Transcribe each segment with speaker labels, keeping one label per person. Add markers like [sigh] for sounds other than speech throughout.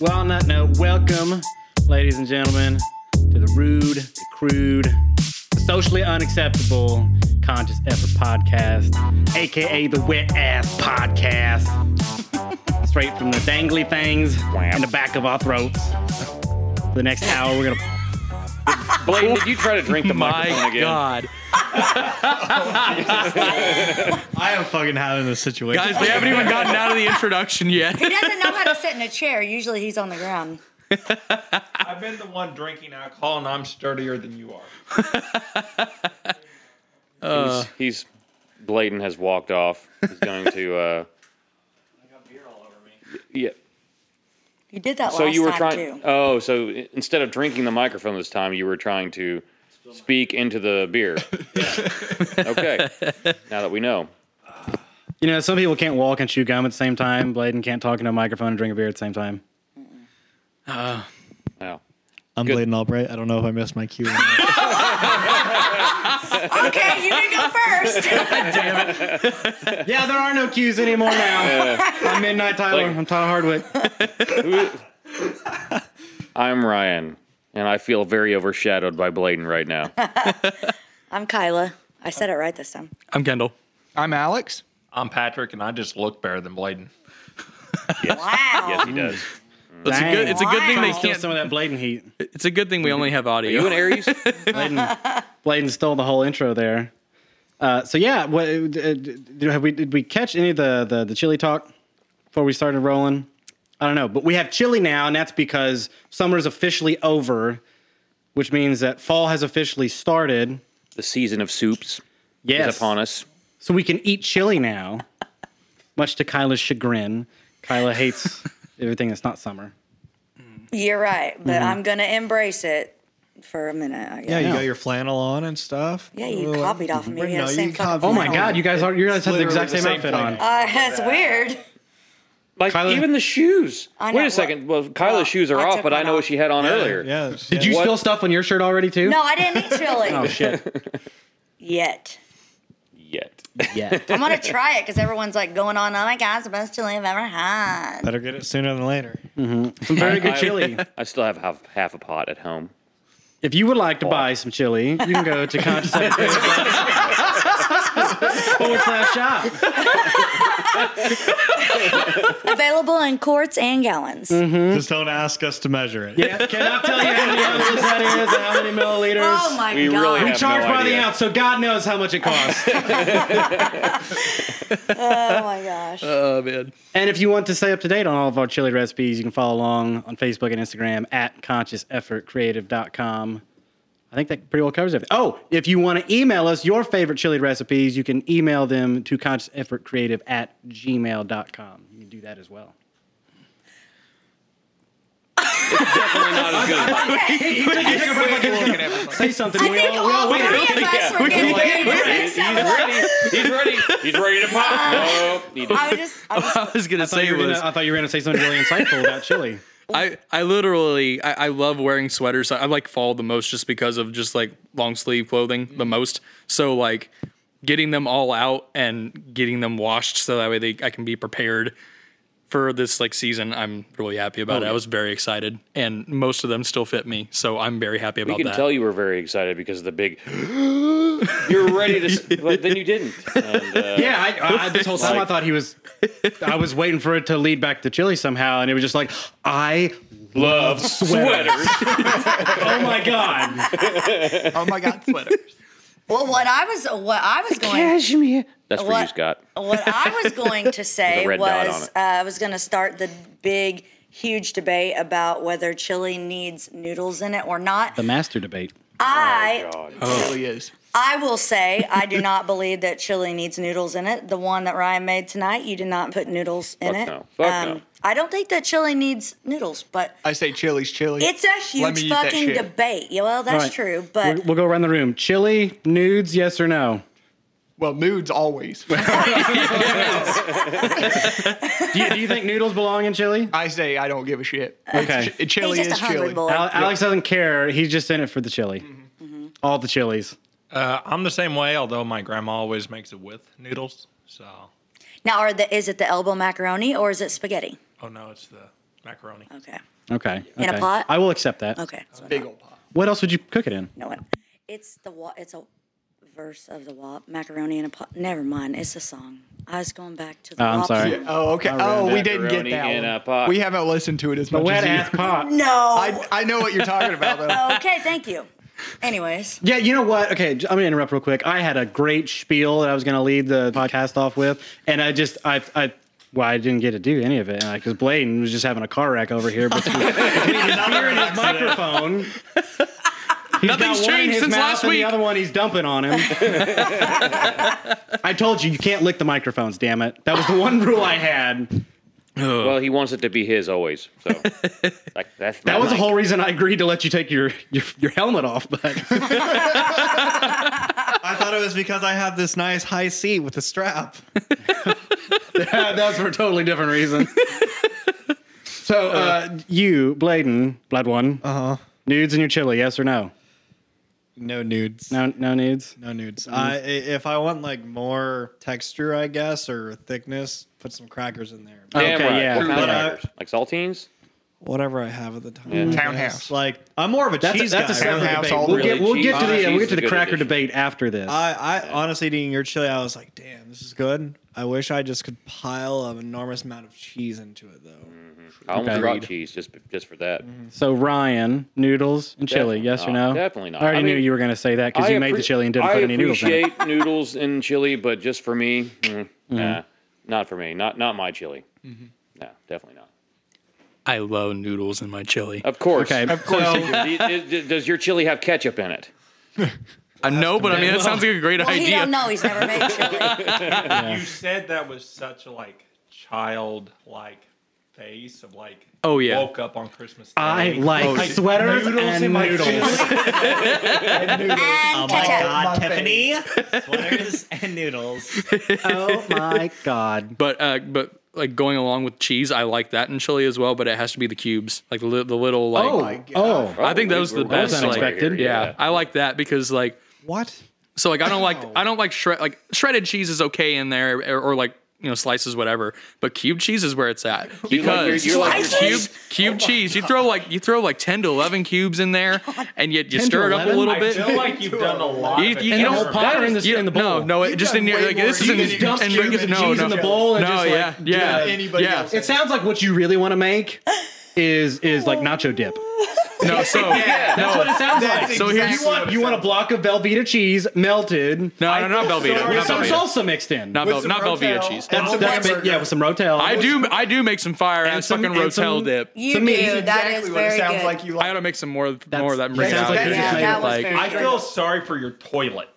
Speaker 1: well, on that note, welcome, ladies and gentlemen, to the rude, the crude, the socially unacceptable conscious effort podcast, aka the wet ass podcast. [laughs] Straight from the dangly things in the back of our throats. For the next hour, we're gonna
Speaker 2: Blaine, did you try to drink
Speaker 3: [laughs]
Speaker 2: the microphone
Speaker 4: My
Speaker 2: again?
Speaker 4: God,
Speaker 3: I am fucking having this situation.
Speaker 4: guys, we haven't even gotten out of the introduction yet.
Speaker 5: He doesn't know how to sit in a chair. Usually he's on the ground.
Speaker 6: I've been the one drinking alcohol, and I'm sturdier than you are.
Speaker 3: Uh.
Speaker 2: He's Bladen has walked off. He's going
Speaker 5: [laughs]
Speaker 2: to. Uh, yeah.
Speaker 5: You did that
Speaker 2: So
Speaker 5: last
Speaker 2: you were
Speaker 5: time
Speaker 2: trying. [laughs]
Speaker 5: too.
Speaker 2: Oh, so i- instead of drinking the microphone this time, you were trying to speak into the
Speaker 5: [laughs]
Speaker 2: beer. okay. Now that we know.
Speaker 1: You know, some people can't walk and chew gum at the same time. Bladen can't talk into a microphone and drink a beer at the same time.
Speaker 2: Wow.
Speaker 3: I'm
Speaker 2: Good.
Speaker 3: Bladen Albright. I don't know if I missed my cue.
Speaker 5: Okay, you can go first.
Speaker 2: [laughs]
Speaker 1: Yeah, there are no cues anymore now. I'm Midnight Tyler.
Speaker 2: Like-
Speaker 1: I'm Tyler Hardwick.
Speaker 2: I'm Ryan, and I feel very overshadowed by Bladen right
Speaker 5: [laughs]
Speaker 2: now.
Speaker 5: I'm Kyla. I said it right this time.
Speaker 4: I'm Kendall.
Speaker 7: I'm Alex.
Speaker 6: I'm Patrick, and I just look better than [laughs] Bladen.
Speaker 5: Wow.
Speaker 2: Yes, he does.
Speaker 4: It's a good.
Speaker 1: Dang.
Speaker 4: It's a good thing they
Speaker 5: Wow.
Speaker 1: Still
Speaker 4: can't.
Speaker 1: some of that Bladen heat.
Speaker 4: It's a good thing we only have audio.
Speaker 2: You and
Speaker 4: [laughs]
Speaker 2: Aries?
Speaker 1: Bladen, Bladen stole the whole intro there. Uh, so yeah, what, uh, did, have we, did we catch any of the, the, the chili talk before we started rolling? I don't know, but we have chili now, and that's because summer's officially over, which means that fall has officially started.
Speaker 2: the season of soups
Speaker 1: Yes,
Speaker 2: is upon us.
Speaker 1: so we can eat chili now, [laughs] much to Kyla's chagrin. Kyla hates [laughs] everything that's not summer.
Speaker 5: You're right, but
Speaker 2: Mm-hmm.
Speaker 5: I'm going to embrace it for a minute. I guess.
Speaker 3: yeah, you
Speaker 1: No.
Speaker 3: got your flannel on and stuff.
Speaker 5: Yeah, you
Speaker 3: Well,
Speaker 5: copied off of me.
Speaker 3: no,
Speaker 5: We had the
Speaker 3: you
Speaker 5: same fucking
Speaker 3: copied-
Speaker 1: Oh my
Speaker 5: flannel.
Speaker 1: God, you guys are you guys have the
Speaker 6: Literally
Speaker 1: exact
Speaker 6: the
Speaker 1: same
Speaker 6: same
Speaker 1: outfit
Speaker 6: thing.
Speaker 1: on.
Speaker 5: Uh, that's weird.
Speaker 2: Like
Speaker 3: Kyla-
Speaker 2: even the shoes.
Speaker 5: I know,
Speaker 2: Wait a
Speaker 5: well-
Speaker 2: second. Well, Kyla's
Speaker 5: well,
Speaker 2: shoes are
Speaker 5: I
Speaker 2: off,
Speaker 5: took
Speaker 2: but I
Speaker 5: mine
Speaker 2: know what
Speaker 5: off.
Speaker 2: she had on earlier.
Speaker 3: Yeah.
Speaker 1: Did you spill stuff on your shirt already too?
Speaker 5: No, I didn't eat chili
Speaker 1: Oh shit.
Speaker 2: [laughs]
Speaker 5: yet.
Speaker 2: Yet.
Speaker 1: [laughs]
Speaker 2: [laughs]
Speaker 1: Yeah.
Speaker 5: I'm going to try it because everyone's like going on, oh my God, it's the best chili I've ever had.
Speaker 2: [laughs]
Speaker 3: Better get it sooner than later.
Speaker 1: Some very good [laughs]
Speaker 2: I-
Speaker 1: chili.
Speaker 2: I still have half, half a pot at home.
Speaker 1: If you would like to buy some chili, you can go to consciouseffort.com forward slash shop.
Speaker 5: Available in quarts and gallons.
Speaker 2: Mm-hmm.
Speaker 3: Just don't ask us to measure it.
Speaker 1: Yeah, cannot tell you how many ounces that is and how many milliliters. [laughs]
Speaker 5: Oh my
Speaker 2: We
Speaker 5: God.
Speaker 2: really
Speaker 1: we
Speaker 2: have
Speaker 1: charge
Speaker 2: no
Speaker 1: by the
Speaker 2: idea.
Speaker 1: ounce, so God knows how much it costs.
Speaker 5: oh my gosh.
Speaker 4: Oh man.
Speaker 1: [laughs] and if you want to stay up to date on all of our chili recipes, you can follow along on Facebook and Instagram at consciouseffortcreative.com. I think that pretty well covers everything. Oh, if you want to email us your favorite chili recipes, you can email them to consciouseffortcreative at gmail.com. You can do that as well.
Speaker 2: Definitely not as good as mine.
Speaker 1: Say something.
Speaker 5: I
Speaker 1: we
Speaker 5: think
Speaker 1: all, we all
Speaker 5: all
Speaker 1: wait.
Speaker 5: three of us were getting ready to
Speaker 2: He's
Speaker 5: say something.
Speaker 2: ready. He's ready. He's ready to pop. Nope. He
Speaker 5: I
Speaker 2: didn't.
Speaker 5: was just, I was
Speaker 4: I was gonna
Speaker 1: I thought
Speaker 4: say
Speaker 1: you were
Speaker 4: was
Speaker 1: gonna- uh, I thought you were going to say something really insightful about chili.
Speaker 4: I I literally I, I love wearing sweaters. I like fall the most just because of just like long sleeve clothing
Speaker 2: Mm-hmm.
Speaker 4: the most. So like getting them all out and getting them washed so that way they I can be prepared for this like season. I'm really happy about
Speaker 2: Oh,
Speaker 4: it. I was very excited and most of them still fit me. So I'm very happy
Speaker 2: We
Speaker 4: about
Speaker 2: can
Speaker 4: that.
Speaker 2: tell you were very excited because of the big. [gasps] You're ready to. [laughs] s- But then you didn't. And, [laughs] uh,
Speaker 1: Yeah, I, I, this whole time I thought he was. I was waiting for it to lead back to chili somehow, and it was just like, I
Speaker 2: Love
Speaker 1: sweaters.
Speaker 2: sweaters.
Speaker 1: oh my god,
Speaker 7: Oh my God, sweaters.
Speaker 5: Well, what I was what I was going
Speaker 2: Cashmere. That's for you,
Speaker 5: What-
Speaker 2: Scott.
Speaker 5: what I was
Speaker 2: [laughs]
Speaker 5: going to say
Speaker 2: With a red dot on
Speaker 5: was
Speaker 2: it.
Speaker 5: uh, I was going to start the big huge debate about whether chili needs noodles in it or not.
Speaker 2: Oh,
Speaker 1: the master debate.
Speaker 5: I
Speaker 2: God.
Speaker 7: It really is.
Speaker 5: I will say I do not believe that chili needs noodles in it. The one that Ryan made tonight, you did not put noodles in
Speaker 2: Fuck
Speaker 5: it. Um,
Speaker 2: no. Fuck no.
Speaker 5: I don't think that chili needs noodles, but
Speaker 7: I say chili's chili.
Speaker 5: it's a
Speaker 7: Let me
Speaker 5: huge
Speaker 7: eat that
Speaker 5: fucking
Speaker 7: shit.
Speaker 5: debate. Yeah, well, that's
Speaker 1: All right.
Speaker 5: true,
Speaker 1: We're,
Speaker 5: but
Speaker 1: we'll go around the room. Chili nudes, yes or no?
Speaker 7: well, nudes always.
Speaker 1: Do you, do you think noodles belong in chili?
Speaker 7: I say I don't give a shit.
Speaker 1: Okay.
Speaker 7: Ch- chili
Speaker 5: he's Uh, just
Speaker 7: is
Speaker 5: a hungry
Speaker 7: chili.
Speaker 5: boy.
Speaker 1: Al- Alex doesn't care. He's just in it for the chili. All the chilies.
Speaker 6: [laughs] Uh, I'm the same way, although my grandma always makes it with noodles. So
Speaker 5: Now, are the is it the elbow macaroni or is it spaghetti?
Speaker 6: Oh no, it's the macaroni.
Speaker 5: Okay.
Speaker 1: Okay.
Speaker 5: In a
Speaker 1: okay.
Speaker 5: pot?
Speaker 1: I will accept that.
Speaker 5: Okay. that's what I
Speaker 7: Big
Speaker 5: thought.
Speaker 7: old pot.
Speaker 1: What else would you cook it in?
Speaker 5: You know what? It's the wa- It's a verse of the WAP. Macaroni and a pot. Never mind. It's a song. I was going back to the.
Speaker 1: Oh, I'm
Speaker 5: WAP.
Speaker 1: sorry.
Speaker 7: Yeah, Oh, okay.
Speaker 1: ruined
Speaker 7: Oh, we didn't get
Speaker 2: Macaroni
Speaker 7: that
Speaker 2: in
Speaker 7: one.
Speaker 2: a pot.
Speaker 7: We haven't listened to it as much
Speaker 1: Wet
Speaker 7: as
Speaker 1: ass
Speaker 7: you.
Speaker 1: pot.
Speaker 5: No.
Speaker 7: I, I know what you're talking about though.
Speaker 5: okay. Thank you. Anyways,
Speaker 1: Yeah, you know what? Okay, j- I'm gonna interrupt real quick. I had a great spiel that I was gonna lead the podcast off with, and I just I I well I didn't get to do any of it because Bladen was just having a car wreck over here, but
Speaker 3: Another
Speaker 1: [laughs]
Speaker 3: accident.
Speaker 1: microphone. He's
Speaker 4: Nothing's
Speaker 1: got one in
Speaker 4: changed
Speaker 1: his
Speaker 4: since
Speaker 1: mouth
Speaker 4: last
Speaker 1: and
Speaker 4: week.
Speaker 1: The other one he's dumping on him. [laughs] I told you you can't lick the microphones. Damn it! That was the one rule I had.
Speaker 2: Well, he wants it to be his always. So like that's
Speaker 1: That
Speaker 2: my
Speaker 1: was the
Speaker 2: mic.
Speaker 1: whole reason I agreed to let you take your your, your helmet off. But
Speaker 3: [laughs]
Speaker 1: [laughs]
Speaker 3: I thought it was because I have this nice high seat with a strap.
Speaker 1: that's for a totally different reason. [laughs]
Speaker 3: [laughs]
Speaker 1: so uh, you, Bladen, Blood One,
Speaker 3: Uh huh.
Speaker 1: nudes in your chili? Yes or no?
Speaker 3: No nudes.
Speaker 1: No, no nudes.
Speaker 3: No nudes.
Speaker 1: Mm.
Speaker 3: I, i- if I want like more texture, I guess, or thickness, put some crackers in there.
Speaker 2: Damn
Speaker 1: Okay,
Speaker 2: right.
Speaker 1: yeah. uh,
Speaker 2: What kind of
Speaker 3: But I-
Speaker 2: crackers? like saltines?
Speaker 3: Whatever I have at the time.
Speaker 2: Yeah.
Speaker 3: I
Speaker 7: Townhouse.
Speaker 3: guess. Like I'm more of a
Speaker 1: That's
Speaker 3: cheese
Speaker 1: a, that's a
Speaker 3: guy.
Speaker 1: separate
Speaker 7: Townhouse
Speaker 1: debate.
Speaker 7: all
Speaker 1: We'll
Speaker 7: really
Speaker 1: get we'll get to the uh,
Speaker 2: cheese.
Speaker 1: we'll get
Speaker 2: Cheese
Speaker 1: to
Speaker 2: is
Speaker 1: the
Speaker 2: a good
Speaker 1: cracker
Speaker 2: addition.
Speaker 1: debate after this.
Speaker 3: I, I honestly eating your chili, I was like, damn, this is good. I wish I just could pile an enormous amount of cheese into it though.
Speaker 2: I almost
Speaker 1: Okay.
Speaker 2: brought cheese just just for that.
Speaker 1: So Ryan, noodles and chili,
Speaker 2: Definitely
Speaker 1: yes or
Speaker 2: not.
Speaker 1: no?
Speaker 2: Definitely not.
Speaker 1: I already
Speaker 2: I
Speaker 1: knew
Speaker 2: mean,
Speaker 1: you were going to say that because
Speaker 2: I
Speaker 1: you made the
Speaker 2: appre-
Speaker 1: chili and didn't put any noodles in.
Speaker 2: I
Speaker 1: it. Mm-hmm.
Speaker 2: appreciate noodles and chili, but just for me, mm, nah, not for me. Not not my chili.
Speaker 4: Mm-hmm.
Speaker 2: No, definitely not.
Speaker 4: I love noodles in my chili.
Speaker 2: Of course.
Speaker 1: Okay,
Speaker 2: Of course. you do. D- d- does your chili have ketchup in it?
Speaker 4: I know, but I mean, that sounds like
Speaker 2: [laughs]
Speaker 4: a great
Speaker 5: well, he don't
Speaker 4: idea.
Speaker 5: know. He's never made chili.
Speaker 6: You said that was such a like child like face of like
Speaker 4: Oh, yeah.
Speaker 6: woke up on Christmas Day. Oh,
Speaker 1: I like sweaters
Speaker 6: noodles
Speaker 1: and
Speaker 6: in my
Speaker 3: [laughs]
Speaker 1: noodles.
Speaker 5: and Ah, ketchup.
Speaker 3: Oh God, Tiffany!
Speaker 6: [laughs]
Speaker 3: Sweaters and noodles.
Speaker 1: oh my god!
Speaker 4: But uh, but like going along with cheese, I like that in chili as well. But it has to be the cubes, like li- the little like.
Speaker 1: Oh, oh,
Speaker 4: I think that was
Speaker 2: we-
Speaker 4: the
Speaker 2: we're
Speaker 4: best,
Speaker 2: going
Speaker 1: like-
Speaker 2: right here,
Speaker 1: unexpected.
Speaker 4: yeah, I like that because like
Speaker 3: What?
Speaker 4: So like I don't like I don't like shred like shredded cheese is okay in there or, or, like you know slices whatever, but cube cheese is where
Speaker 1: [laughs]
Speaker 4: it's at because
Speaker 2: you're like your
Speaker 4: cube
Speaker 5: Slices?
Speaker 1: Oh
Speaker 4: cube cheese you throw like you throw like ten to eleven cubes
Speaker 1: [laughs]
Speaker 4: in there and yet you
Speaker 1: 10 to
Speaker 4: stir it up a
Speaker 1: 11?
Speaker 4: little
Speaker 6: I
Speaker 4: bit.
Speaker 6: feel like you've done a lot.
Speaker 4: You,
Speaker 6: of
Speaker 4: you,
Speaker 1: And
Speaker 4: you
Speaker 1: the whole
Speaker 4: don't
Speaker 1: pot
Speaker 4: that
Speaker 1: or in
Speaker 4: is-
Speaker 1: the-
Speaker 4: you-
Speaker 1: in the bowl?
Speaker 4: No, no, it, just
Speaker 7: done
Speaker 4: in your
Speaker 7: way
Speaker 4: like
Speaker 7: more.
Speaker 4: this is
Speaker 7: You
Speaker 4: in
Speaker 7: just dumped
Speaker 4: and
Speaker 7: straight
Speaker 4: you-
Speaker 7: with
Speaker 4: no,
Speaker 1: cheese
Speaker 4: no,
Speaker 1: in the bowl and
Speaker 4: no,
Speaker 1: just, like,
Speaker 4: yeah, yeah,
Speaker 7: than anybody
Speaker 4: yeah.
Speaker 7: else.
Speaker 1: it sounds like what you really want to make is is like nacho dip. [laughs]
Speaker 4: No, so
Speaker 1: That's
Speaker 4: Oh,
Speaker 1: what it sounds like.
Speaker 7: That's
Speaker 4: So here's-
Speaker 1: you want you want a block of Velveeta cheese melted
Speaker 4: no, no, not Belvedere,
Speaker 1: with
Speaker 4: not
Speaker 1: some
Speaker 4: Belvedere,
Speaker 1: salsa mixed in.
Speaker 4: not
Speaker 7: With
Speaker 4: Bel-
Speaker 7: some
Speaker 4: not Belvedere
Speaker 7: Rotel
Speaker 4: cheese.
Speaker 7: and
Speaker 1: that's
Speaker 7: some
Speaker 1: that's
Speaker 7: hamburger.
Speaker 1: yeah with some rotel.
Speaker 4: I do I do make some fire ass
Speaker 1: some-
Speaker 4: fucking
Speaker 1: and some-
Speaker 4: Rotel dip.
Speaker 5: You
Speaker 1: To
Speaker 5: do.
Speaker 1: me,
Speaker 5: That
Speaker 1: it's
Speaker 5: is
Speaker 7: exactly what
Speaker 5: very
Speaker 7: it sounds
Speaker 5: good.
Speaker 7: like you
Speaker 4: I
Speaker 7: like.
Speaker 4: gotta make some more of- more of that and
Speaker 1: That's-
Speaker 4: bring it
Speaker 1: that sounds like
Speaker 4: out.
Speaker 5: yeah,
Speaker 1: Just
Speaker 5: that was
Speaker 4: like-
Speaker 5: very
Speaker 6: I
Speaker 5: good.
Speaker 6: feel sorry for your toilet.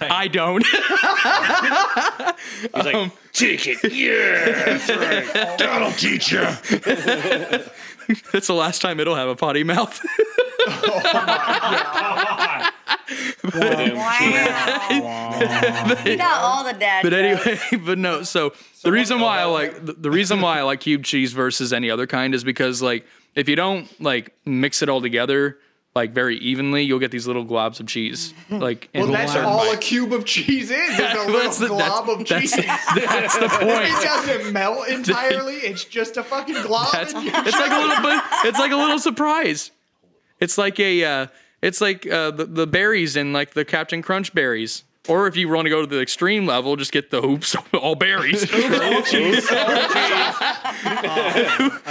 Speaker 4: I don't. [laughs]
Speaker 2: He's like,
Speaker 4: Um,
Speaker 2: take
Speaker 4: [laughs]
Speaker 2: it. Yeah.
Speaker 3: That'll teach you.
Speaker 4: That's the last time it'll have a potty mouth. [laughs]
Speaker 5: Wow. you got all the dad
Speaker 4: but
Speaker 5: jokes.
Speaker 4: anyway, but no. So, the reason why I like the, the reason why I like cube cheese versus any other kind is because like if you don't like mix it all together like very evenly, you'll get these little globs of cheese. Like in
Speaker 7: Well, that's
Speaker 4: certain
Speaker 7: all a
Speaker 4: bites.
Speaker 7: cube of cheese is. There's a
Speaker 4: That's the-
Speaker 7: little glob
Speaker 4: that's-
Speaker 7: of cheese.
Speaker 4: That's the
Speaker 7: It
Speaker 4: point.
Speaker 7: doesn't melt entirely. It's just a fucking glob.
Speaker 4: That's,
Speaker 7: and-
Speaker 4: it's like a little bit. It's like a little surprise. It's like a. Uh, it's like uh, the, the berries in like the Captain Crunch berries. Or if you want to go to the extreme level, just get the hoops all berries.
Speaker 3: I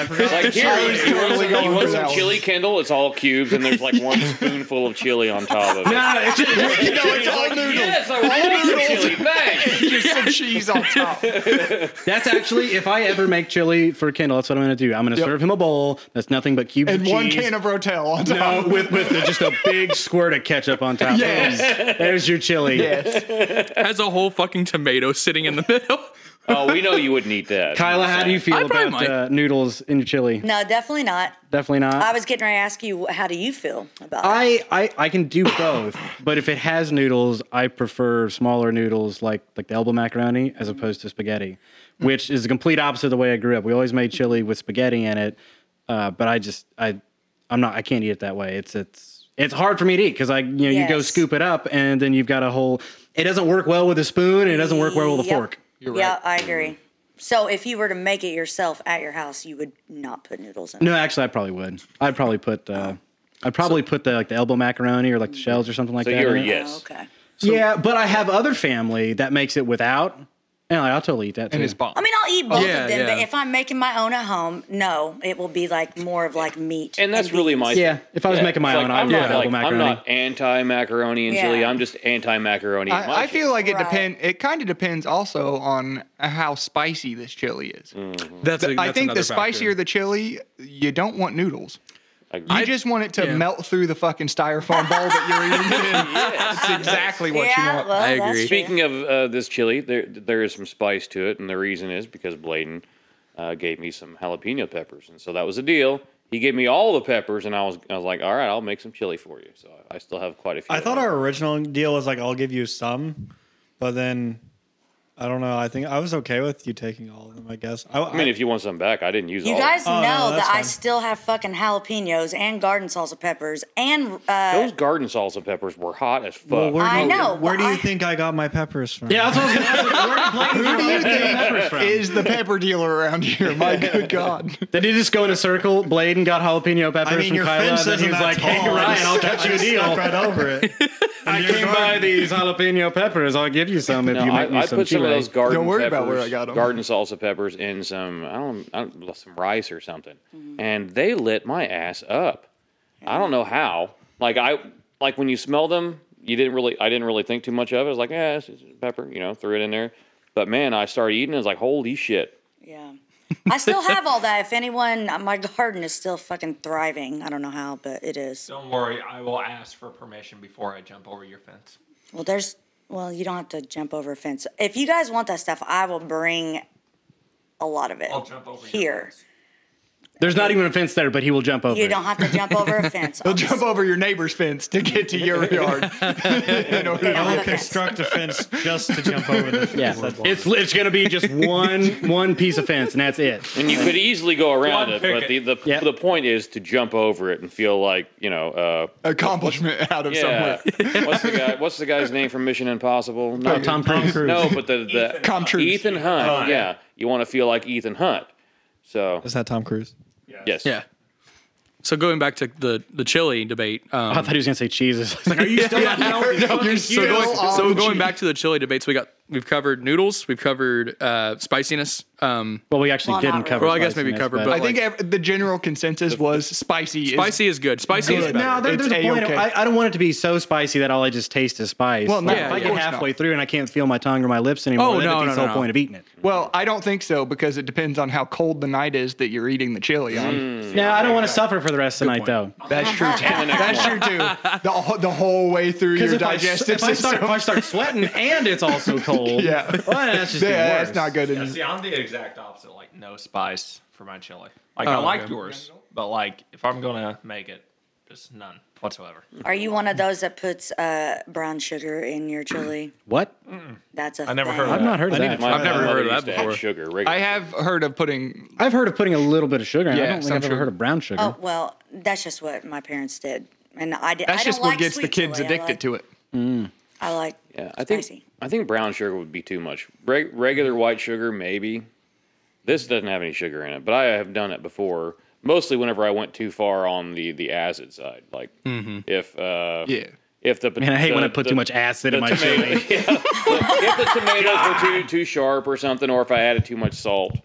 Speaker 3: forgot.
Speaker 2: Like here, you want
Speaker 7: totally
Speaker 2: some,
Speaker 7: going
Speaker 2: you want
Speaker 7: for
Speaker 2: some
Speaker 4: [laughs]
Speaker 7: that one.
Speaker 2: chili, Kendall? It's all cubes, and there's like one spoonful of chili on top of it.
Speaker 1: No, no, it's just,
Speaker 7: [laughs] you know, it's all noodles.
Speaker 2: Yes, I
Speaker 4: [laughs]
Speaker 2: want some chili. Bang.
Speaker 7: There's some cheese on top.
Speaker 1: That's actually, if I ever make chili for Kendall, that's what I'm going to do. I'm going to serve him a bowl that's nothing but cubes
Speaker 7: And
Speaker 1: of
Speaker 7: one
Speaker 1: cheese.
Speaker 7: can of Rotel on
Speaker 1: no,
Speaker 7: [laughs] top.
Speaker 1: with with just a big squirt of ketchup on top.
Speaker 7: Yes.
Speaker 1: there's your chili.
Speaker 7: Yes.
Speaker 4: has a whole fucking tomato sitting in the middle.
Speaker 2: Oh, we know you wouldn't eat that.
Speaker 1: Kyla, how do you feel
Speaker 4: I probably
Speaker 1: about
Speaker 4: might.
Speaker 1: uh, noodles in your chili?
Speaker 5: No, definitely not.
Speaker 1: Definitely not.
Speaker 5: I was getting ready to ask you, how do you feel about it?
Speaker 1: I, I I can do both, but if it has noodles, I prefer smaller noodles like like the elbow macaroni as opposed to spaghetti, which is the complete opposite of the way I grew up. We always made chili with spaghetti in it, uh, but I just I I'm not I can't eat it that way. It's it's it's hard for me to eat because I you know you go
Speaker 5: Yes.
Speaker 1: scoop it up and then you've got a whole. It doesn't work well with a spoon. And it doesn't work well with a
Speaker 5: Yep.
Speaker 1: fork.
Speaker 5: Yeah, I agree. So if you were to make it yourself at your house, you would not put noodles in. it.
Speaker 1: No, actually, I probably would. I'd probably put uh, I'd probably put the like the elbow macaroni or like the shells or something like
Speaker 2: So
Speaker 1: that.
Speaker 2: you're
Speaker 1: in
Speaker 2: a
Speaker 1: it.
Speaker 2: yes.
Speaker 5: Oh, okay.
Speaker 1: Yeah, but I have other family that makes it without, and like, I'll totally eat that too.
Speaker 7: and it's bomb.
Speaker 5: I mean, I'll eat both
Speaker 4: Yeah,
Speaker 5: of them, but
Speaker 4: yeah.
Speaker 5: if I'm making my own at home, no, it will be like more of like meat.
Speaker 2: And that's really my
Speaker 1: yeah, if I was
Speaker 2: Yeah,
Speaker 1: making my
Speaker 2: it's
Speaker 1: own,
Speaker 2: like, I'm
Speaker 1: I'd do
Speaker 2: not,
Speaker 1: elbow
Speaker 2: like,
Speaker 1: macaroni.
Speaker 2: I'm not anti macaroni and chili.
Speaker 5: Yeah.
Speaker 2: I'm just anti macaroni. and my
Speaker 7: I, I
Speaker 2: shit.
Speaker 7: feel like it
Speaker 5: Right.
Speaker 7: depend. It kind of depends also on how spicy this chili is.
Speaker 4: That's, a, that's
Speaker 7: I think
Speaker 4: another
Speaker 7: the spicier
Speaker 4: factor.
Speaker 7: the chili, you don't want noodles.
Speaker 2: I-
Speaker 7: You just want it to
Speaker 4: yeah.
Speaker 7: melt through the fucking styrofoam bowl that you're [laughs] eating in. That's exactly what you
Speaker 5: yeah,
Speaker 7: want.
Speaker 5: well,
Speaker 4: I
Speaker 5: that's
Speaker 4: agree.
Speaker 5: true.
Speaker 2: Speaking of uh, this chili, there there is some spice to it, and the reason is because Bladen uh, gave me some jalapeno peppers, and so that was a deal. He gave me all the peppers, and I was I was like, all right, I'll make some chili for you. So I still have quite a few.
Speaker 3: I thought our original deal was like I'll give you some, but then I don't know. I think I was okay with you taking all of them. I guys. I,
Speaker 2: I mean, if you want some back, I didn't use
Speaker 5: You
Speaker 2: all.
Speaker 5: guys
Speaker 3: Oh, no,
Speaker 5: know that
Speaker 3: that's
Speaker 5: I
Speaker 3: fine.
Speaker 5: still have fucking jalapenos and garden salsa peppers and
Speaker 2: of
Speaker 5: uh,
Speaker 2: them. Those garden salsa peppers were hot as fuck.
Speaker 3: well, where do
Speaker 5: I
Speaker 3: you-
Speaker 5: know,
Speaker 3: Where
Speaker 5: but
Speaker 3: do you
Speaker 5: I-
Speaker 3: think I got my peppers from?
Speaker 1: yeah, that's what I was gonna ask. like, Where did Blaine
Speaker 7: Who do you
Speaker 1: get the
Speaker 7: think
Speaker 1: peppers from?
Speaker 7: is the pepper dealer around here? [laughs] My good God.
Speaker 1: Did he just go in a circle? Bladen got jalapeno peppers
Speaker 3: I mean,
Speaker 1: from
Speaker 3: your
Speaker 1: Kyla, and
Speaker 3: fence
Speaker 1: then he
Speaker 3: isn't
Speaker 1: was
Speaker 3: that
Speaker 1: like,
Speaker 3: tall.
Speaker 1: "Hey,
Speaker 3: I
Speaker 1: Ryan,
Speaker 3: just
Speaker 1: I'll
Speaker 3: step-
Speaker 1: cut you
Speaker 3: I [laughs]
Speaker 1: a
Speaker 3: just
Speaker 1: deal.
Speaker 3: step right over
Speaker 1: [laughs]
Speaker 3: it.
Speaker 1: I came by these jalapeno peppers. I'll give you some if
Speaker 2: No,
Speaker 1: you make me
Speaker 2: I, I
Speaker 3: [laughs]
Speaker 1: some
Speaker 2: put some of
Speaker 1: chile."
Speaker 2: those garden
Speaker 7: Don't worry
Speaker 2: peppers,
Speaker 7: about where I got 'em.
Speaker 2: garden salsa peppers, and some I don't, I don't some rice or something,
Speaker 1: Mm-hmm.
Speaker 2: and they lit my ass up. I don't know how. Like I like when you smell them, you didn't really I didn't really think too much of it. I was like, yeah, it's just pepper, you know, threw it in there. But man, I started eating. It's like, holy shit!
Speaker 5: yeah. I still have all that. If anyone, uh, my garden is still fucking thriving. I don't know how, but it is.
Speaker 6: Don't worry, I will ask for permission before I jump over your fence.
Speaker 5: Well, there's. Well, you don't have to jump over a fence. If you guys want that stuff, I will bring a lot of it
Speaker 6: I'll jump over Your
Speaker 5: here.
Speaker 6: fence.
Speaker 1: There's not even a fence there, but he will jump over.
Speaker 5: You
Speaker 1: it.
Speaker 5: don't have to jump over
Speaker 7: [laughs]
Speaker 5: a fence.
Speaker 7: They'll jump over your neighbor's fence to get to your [laughs] yard. In order
Speaker 5: They
Speaker 7: to
Speaker 5: don't have a fence.
Speaker 7: look
Speaker 3: Construct a fence just to jump over the fence.
Speaker 1: Yeah,
Speaker 3: That's-
Speaker 1: it's it's gonna be [laughs] just one one piece of fence, and that's it.
Speaker 2: And you could
Speaker 1: [laughs]
Speaker 2: easily go around
Speaker 6: One
Speaker 2: it, but the the,
Speaker 1: Yeah.
Speaker 2: the point is to jump over it and feel like you know. Uh,
Speaker 7: accomplishment out of
Speaker 2: yeah,
Speaker 7: somewhere.
Speaker 2: what's the guy? What's the guy's name from Mission Impossible?
Speaker 1: Oh, [laughs]
Speaker 2: Not
Speaker 1: Tom Cruise.
Speaker 2: No, but the, the
Speaker 7: Come true.
Speaker 2: Ethan Hunt.
Speaker 6: Hunt.
Speaker 2: yeah. you want to feel like Ethan Hunt. So
Speaker 3: Is that Tom Cruise?
Speaker 2: yes,
Speaker 4: Yeah. So going back to the the chili debate. Um,
Speaker 1: I thought he was gonna say Jesus. [laughs] I was like, are you still on now?
Speaker 4: so going, so going back to the chili debates, we got we've covered noodles, we've covered uh, spiciness. Um,
Speaker 1: Well, we actually
Speaker 5: Well, not
Speaker 1: didn't cover.
Speaker 5: really.
Speaker 4: Well, I guess maybe
Speaker 1: spiciness,
Speaker 4: cover,
Speaker 7: I
Speaker 4: but-
Speaker 7: think ev- the general consensus was spicy.
Speaker 4: spicy is good. Spicy is
Speaker 7: Good.
Speaker 4: better.
Speaker 1: no, there-
Speaker 7: It's
Speaker 1: there's a point.
Speaker 7: A-okay.
Speaker 1: I, I don't want it to be so spicy that all I just taste is spice.
Speaker 7: Well, no,
Speaker 1: if I
Speaker 4: of
Speaker 1: get
Speaker 7: course
Speaker 1: halfway
Speaker 7: not.
Speaker 1: through and I can't feel my tongue or my lips anymore,
Speaker 4: Oh,
Speaker 1: then
Speaker 4: no,
Speaker 1: defeats
Speaker 4: no,
Speaker 1: the whole
Speaker 4: no.
Speaker 1: point of eating it.
Speaker 7: Is, well, I don't think so because it depends on how cold the night is that you're eating the chili on.
Speaker 1: No, I don't want to suffer for the rest of the night though.
Speaker 7: That's [laughs] true too.
Speaker 2: the next
Speaker 7: That's true too. The, whole- the whole way through your
Speaker 1: if I, s-
Speaker 7: digestive
Speaker 1: if I
Speaker 7: system. [laughs]
Speaker 1: start if I start sweating and it's also cold,
Speaker 7: Yeah.
Speaker 1: well, that's just even
Speaker 7: yeah,
Speaker 1: worse.
Speaker 7: that's not good.
Speaker 6: Yeah, see, I'm the exact opposite. Like no spice for my chili. Like
Speaker 8: Oh,
Speaker 6: I like yours, but like if I'm gonna make it, just none whatsoever.
Speaker 5: Are you one of those that puts uh, brown sugar in your chili?
Speaker 1: What?
Speaker 5: That's a
Speaker 6: I never
Speaker 5: thing.
Speaker 6: heard of
Speaker 1: I've not heard of that.
Speaker 2: My-
Speaker 4: I've never
Speaker 2: my
Speaker 4: heard
Speaker 2: mother used
Speaker 4: of that
Speaker 2: to add
Speaker 4: before.
Speaker 2: Sugar, regular.
Speaker 7: I have heard of putting.
Speaker 1: I've heard of putting a little bit of sugar in. it. I
Speaker 7: Yeah,
Speaker 1: don't think
Speaker 7: some
Speaker 1: I've ever
Speaker 7: sugar.
Speaker 1: heard of brown sugar.
Speaker 5: Oh well, that's just what my parents did, and I did.
Speaker 7: That's
Speaker 5: I
Speaker 7: just
Speaker 5: don't
Speaker 7: what
Speaker 5: like
Speaker 7: gets the
Speaker 5: sweet
Speaker 7: kids
Speaker 5: chili. I
Speaker 7: addicted
Speaker 5: like-
Speaker 7: to it.
Speaker 5: I like.
Speaker 2: yeah, I think
Speaker 5: spicy.
Speaker 2: I think brown sugar would be too much. Reg, regular white sugar, maybe. This doesn't have any sugar in it, but I have done it before. Mostly whenever I went too far on the the acid side, like if uh,
Speaker 7: Yeah.
Speaker 2: if the
Speaker 1: Mm-hmm. Man, I hate
Speaker 2: the-
Speaker 1: when I put
Speaker 2: the-
Speaker 1: too much acid in
Speaker 2: the
Speaker 1: my
Speaker 2: tomato-
Speaker 1: chili.
Speaker 2: Yeah. if the tomatoes were
Speaker 4: [laughs]
Speaker 2: too too sharp or something, or if I added too much salt,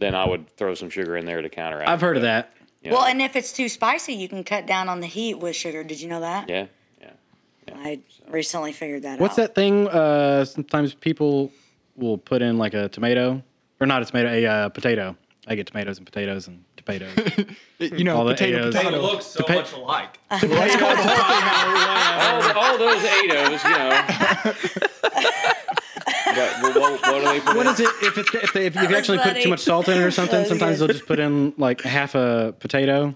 Speaker 2: then I would throw some sugar in there to counteract.
Speaker 1: I've heard of
Speaker 2: it.
Speaker 1: that.
Speaker 2: Yeah.
Speaker 5: Well, and if it's too spicy, you can cut down on the heat with sugar. Did you know that?
Speaker 2: yeah, yeah.
Speaker 5: I recently figured that
Speaker 1: What's
Speaker 5: out.
Speaker 1: that thing? Uh, sometimes people will put in like a tomato, or not a tomato, a uh, potato. I get tomatoes and potatoes and potatoes.
Speaker 7: You
Speaker 1: All
Speaker 7: know,
Speaker 1: the
Speaker 7: potato,
Speaker 1: Aos.
Speaker 6: They
Speaker 7: potato.
Speaker 6: look so
Speaker 1: Depe-
Speaker 6: much alike.
Speaker 2: all, all those Ados, you know. But what, what, what do they put
Speaker 1: what [laughs]
Speaker 2: in?
Speaker 1: is it? If it's if, they, if you've
Speaker 5: was
Speaker 1: actually put
Speaker 5: funny.
Speaker 1: too much salt in it or something,
Speaker 5: was
Speaker 1: sometimes
Speaker 5: good.
Speaker 1: they'll just put in like half a potato.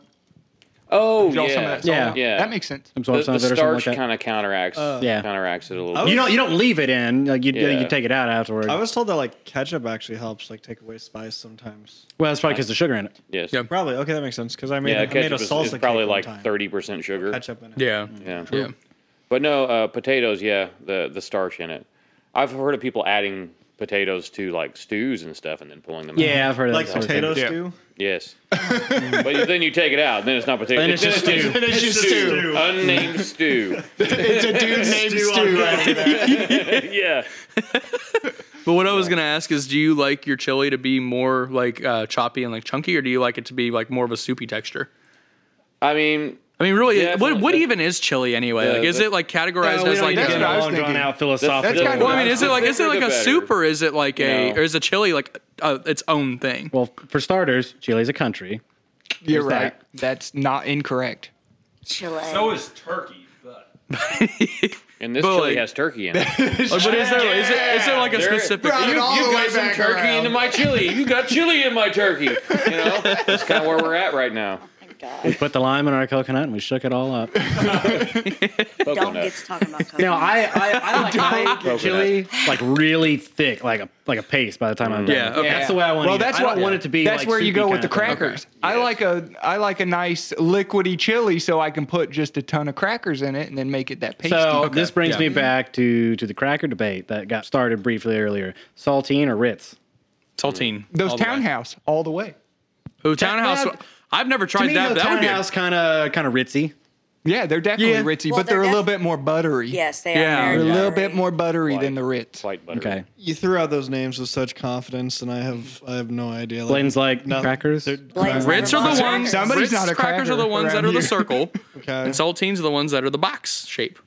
Speaker 2: Oh,
Speaker 7: Draw
Speaker 2: yeah.
Speaker 7: some of that salt
Speaker 1: Yeah.
Speaker 7: out.
Speaker 2: Yeah.
Speaker 7: That makes sense.
Speaker 1: Absorb
Speaker 2: The,
Speaker 1: some of
Speaker 2: the
Speaker 1: it or something
Speaker 2: starch
Speaker 1: like that. Oh,
Speaker 2: kind of counteracts
Speaker 1: Yeah.
Speaker 2: counteracts it a little.
Speaker 1: you
Speaker 2: bit.
Speaker 1: don't you don't leave it in. Like you
Speaker 2: Yeah.
Speaker 1: you take it out afterwards.
Speaker 3: I was told that like ketchup actually helps like take away spice sometimes.
Speaker 1: well, it's probably because the sugar in it.
Speaker 2: Yes.
Speaker 4: Yeah.
Speaker 3: Probably okay, that makes sense because I made
Speaker 2: Yeah,
Speaker 3: I made
Speaker 2: ketchup
Speaker 3: a
Speaker 2: is,
Speaker 3: salsa
Speaker 2: is
Speaker 3: cake
Speaker 2: probably
Speaker 3: one
Speaker 2: like
Speaker 3: time.
Speaker 2: thirty percent sugar.
Speaker 3: ketchup in it.
Speaker 4: Yeah.
Speaker 2: Yeah.
Speaker 4: Yeah.
Speaker 2: But no, uh, potatoes. Yeah, the the starch in it. I've heard of people adding potatoes to like stews and stuff, and then pulling them. out.
Speaker 1: Yeah, I've heard of
Speaker 3: Like
Speaker 1: that. sort of thing.
Speaker 3: potato
Speaker 1: [laughs]
Speaker 4: Yeah.
Speaker 3: stew.
Speaker 2: Yes. but then you take it out, then it's not potato.
Speaker 1: Then it's just [laughs] stew.
Speaker 7: And it's just
Speaker 3: stew.
Speaker 7: stew.
Speaker 2: Unnamed stew.
Speaker 7: It's a dude named
Speaker 3: Stew on
Speaker 7: Stew.
Speaker 3: top of that.
Speaker 2: yeah.
Speaker 4: But what I was gonna ask is, do you like your chili to be more like uh, choppy and like chunky, or do you like it to be like more of a soupy texture?
Speaker 2: I mean,
Speaker 4: I mean, really,
Speaker 2: Yeah, I
Speaker 4: what
Speaker 2: feel
Speaker 4: what
Speaker 2: like-
Speaker 4: even is chili anyway?
Speaker 2: Yeah,
Speaker 4: like, is
Speaker 2: that-
Speaker 4: it like
Speaker 1: No,
Speaker 4: categorized
Speaker 1: we don't
Speaker 4: as
Speaker 1: need
Speaker 4: like?
Speaker 1: to
Speaker 7: That's
Speaker 1: get
Speaker 7: what I was
Speaker 1: long drawn
Speaker 7: thinking.
Speaker 1: out
Speaker 7: That's
Speaker 1: philosophical.
Speaker 7: kind
Speaker 1: [laughs]
Speaker 7: of-
Speaker 4: well, I mean, is it like is it
Speaker 2: Thicker
Speaker 4: like
Speaker 2: the
Speaker 4: a
Speaker 2: better.
Speaker 4: soup or is it like a
Speaker 1: No.
Speaker 4: or is a chili like uh, its own thing?
Speaker 1: well, for starters, Chile's a country.
Speaker 7: You're
Speaker 1: Who's that?
Speaker 7: right. That's not incorrect.
Speaker 5: Chile.
Speaker 6: So is turkey, but
Speaker 2: and this
Speaker 4: But,
Speaker 2: chili
Speaker 4: like-
Speaker 2: has turkey in it. You,
Speaker 4: Like, but is there is it is there like a
Speaker 2: There-
Speaker 4: specific?
Speaker 7: Brought it all
Speaker 2: you
Speaker 7: the way
Speaker 2: got [laughs] some
Speaker 7: back
Speaker 2: turkey
Speaker 7: around.
Speaker 2: into my chili. You got chili in my turkey. You know, that's kind of where we're at right now.
Speaker 1: We
Speaker 2: [laughs]
Speaker 5: God,
Speaker 1: put the lime in our coconut and we shook it all up.
Speaker 5: don't
Speaker 2: Coconut.
Speaker 5: get to talking
Speaker 7: [laughs]
Speaker 5: about coconut.
Speaker 1: No, I [laughs] I, I like my chili like really thick, like a like a paste. By the time I'm done,
Speaker 4: Yeah, okay.
Speaker 1: that's the way I want.
Speaker 7: Well,
Speaker 1: it.
Speaker 7: that's
Speaker 1: I don't
Speaker 7: what
Speaker 1: want it to be.
Speaker 7: That's
Speaker 1: like,
Speaker 7: where you
Speaker 1: soupy
Speaker 7: go with
Speaker 1: kind
Speaker 7: the
Speaker 1: of thing.
Speaker 7: crackers. I like a I like a nice liquidy chili, so I can put just a ton of crackers in it and then make it that pasty.
Speaker 1: So this brings
Speaker 4: yeah.
Speaker 1: me back to to the cracker debate that got started briefly earlier. Saltine or Ritz?
Speaker 4: Saltine.
Speaker 7: Those
Speaker 4: all the way.
Speaker 7: townhouse all the way.
Speaker 4: Oh, townhouse.
Speaker 1: that-
Speaker 4: I've never
Speaker 1: To
Speaker 4: tried
Speaker 1: me,
Speaker 4: that.
Speaker 1: no,
Speaker 4: but that would be. a-
Speaker 1: townhouse kind of kind of ritzy.
Speaker 7: Yeah, they're definitely
Speaker 4: Yeah.
Speaker 7: ritzy,
Speaker 5: Well,
Speaker 7: but they're,
Speaker 5: they're
Speaker 7: a little
Speaker 5: def-
Speaker 7: bit more buttery.
Speaker 5: yes, they
Speaker 4: Yeah.
Speaker 5: are.
Speaker 7: they're a
Speaker 5: very
Speaker 7: little
Speaker 5: buttery.
Speaker 7: bit more buttery than the Ritz.
Speaker 2: White butter.
Speaker 1: Okay,
Speaker 3: You threw out those names with such confidence, and I have I have no idea. Like,
Speaker 1: Blaine's like
Speaker 3: no-
Speaker 1: crackers.
Speaker 3: they're-
Speaker 5: Blaine's
Speaker 4: Ritz are the
Speaker 5: Crackers.
Speaker 4: ones.
Speaker 7: Somebody's
Speaker 4: Ritz
Speaker 7: not a
Speaker 4: crackers are the
Speaker 7: cracker
Speaker 4: ones that
Speaker 7: around
Speaker 4: are the
Speaker 7: here.
Speaker 4: circle,
Speaker 3: Okay.
Speaker 7: [laughs]
Speaker 4: and
Speaker 3: [laughs]
Speaker 4: saltines are the ones that are the box shape.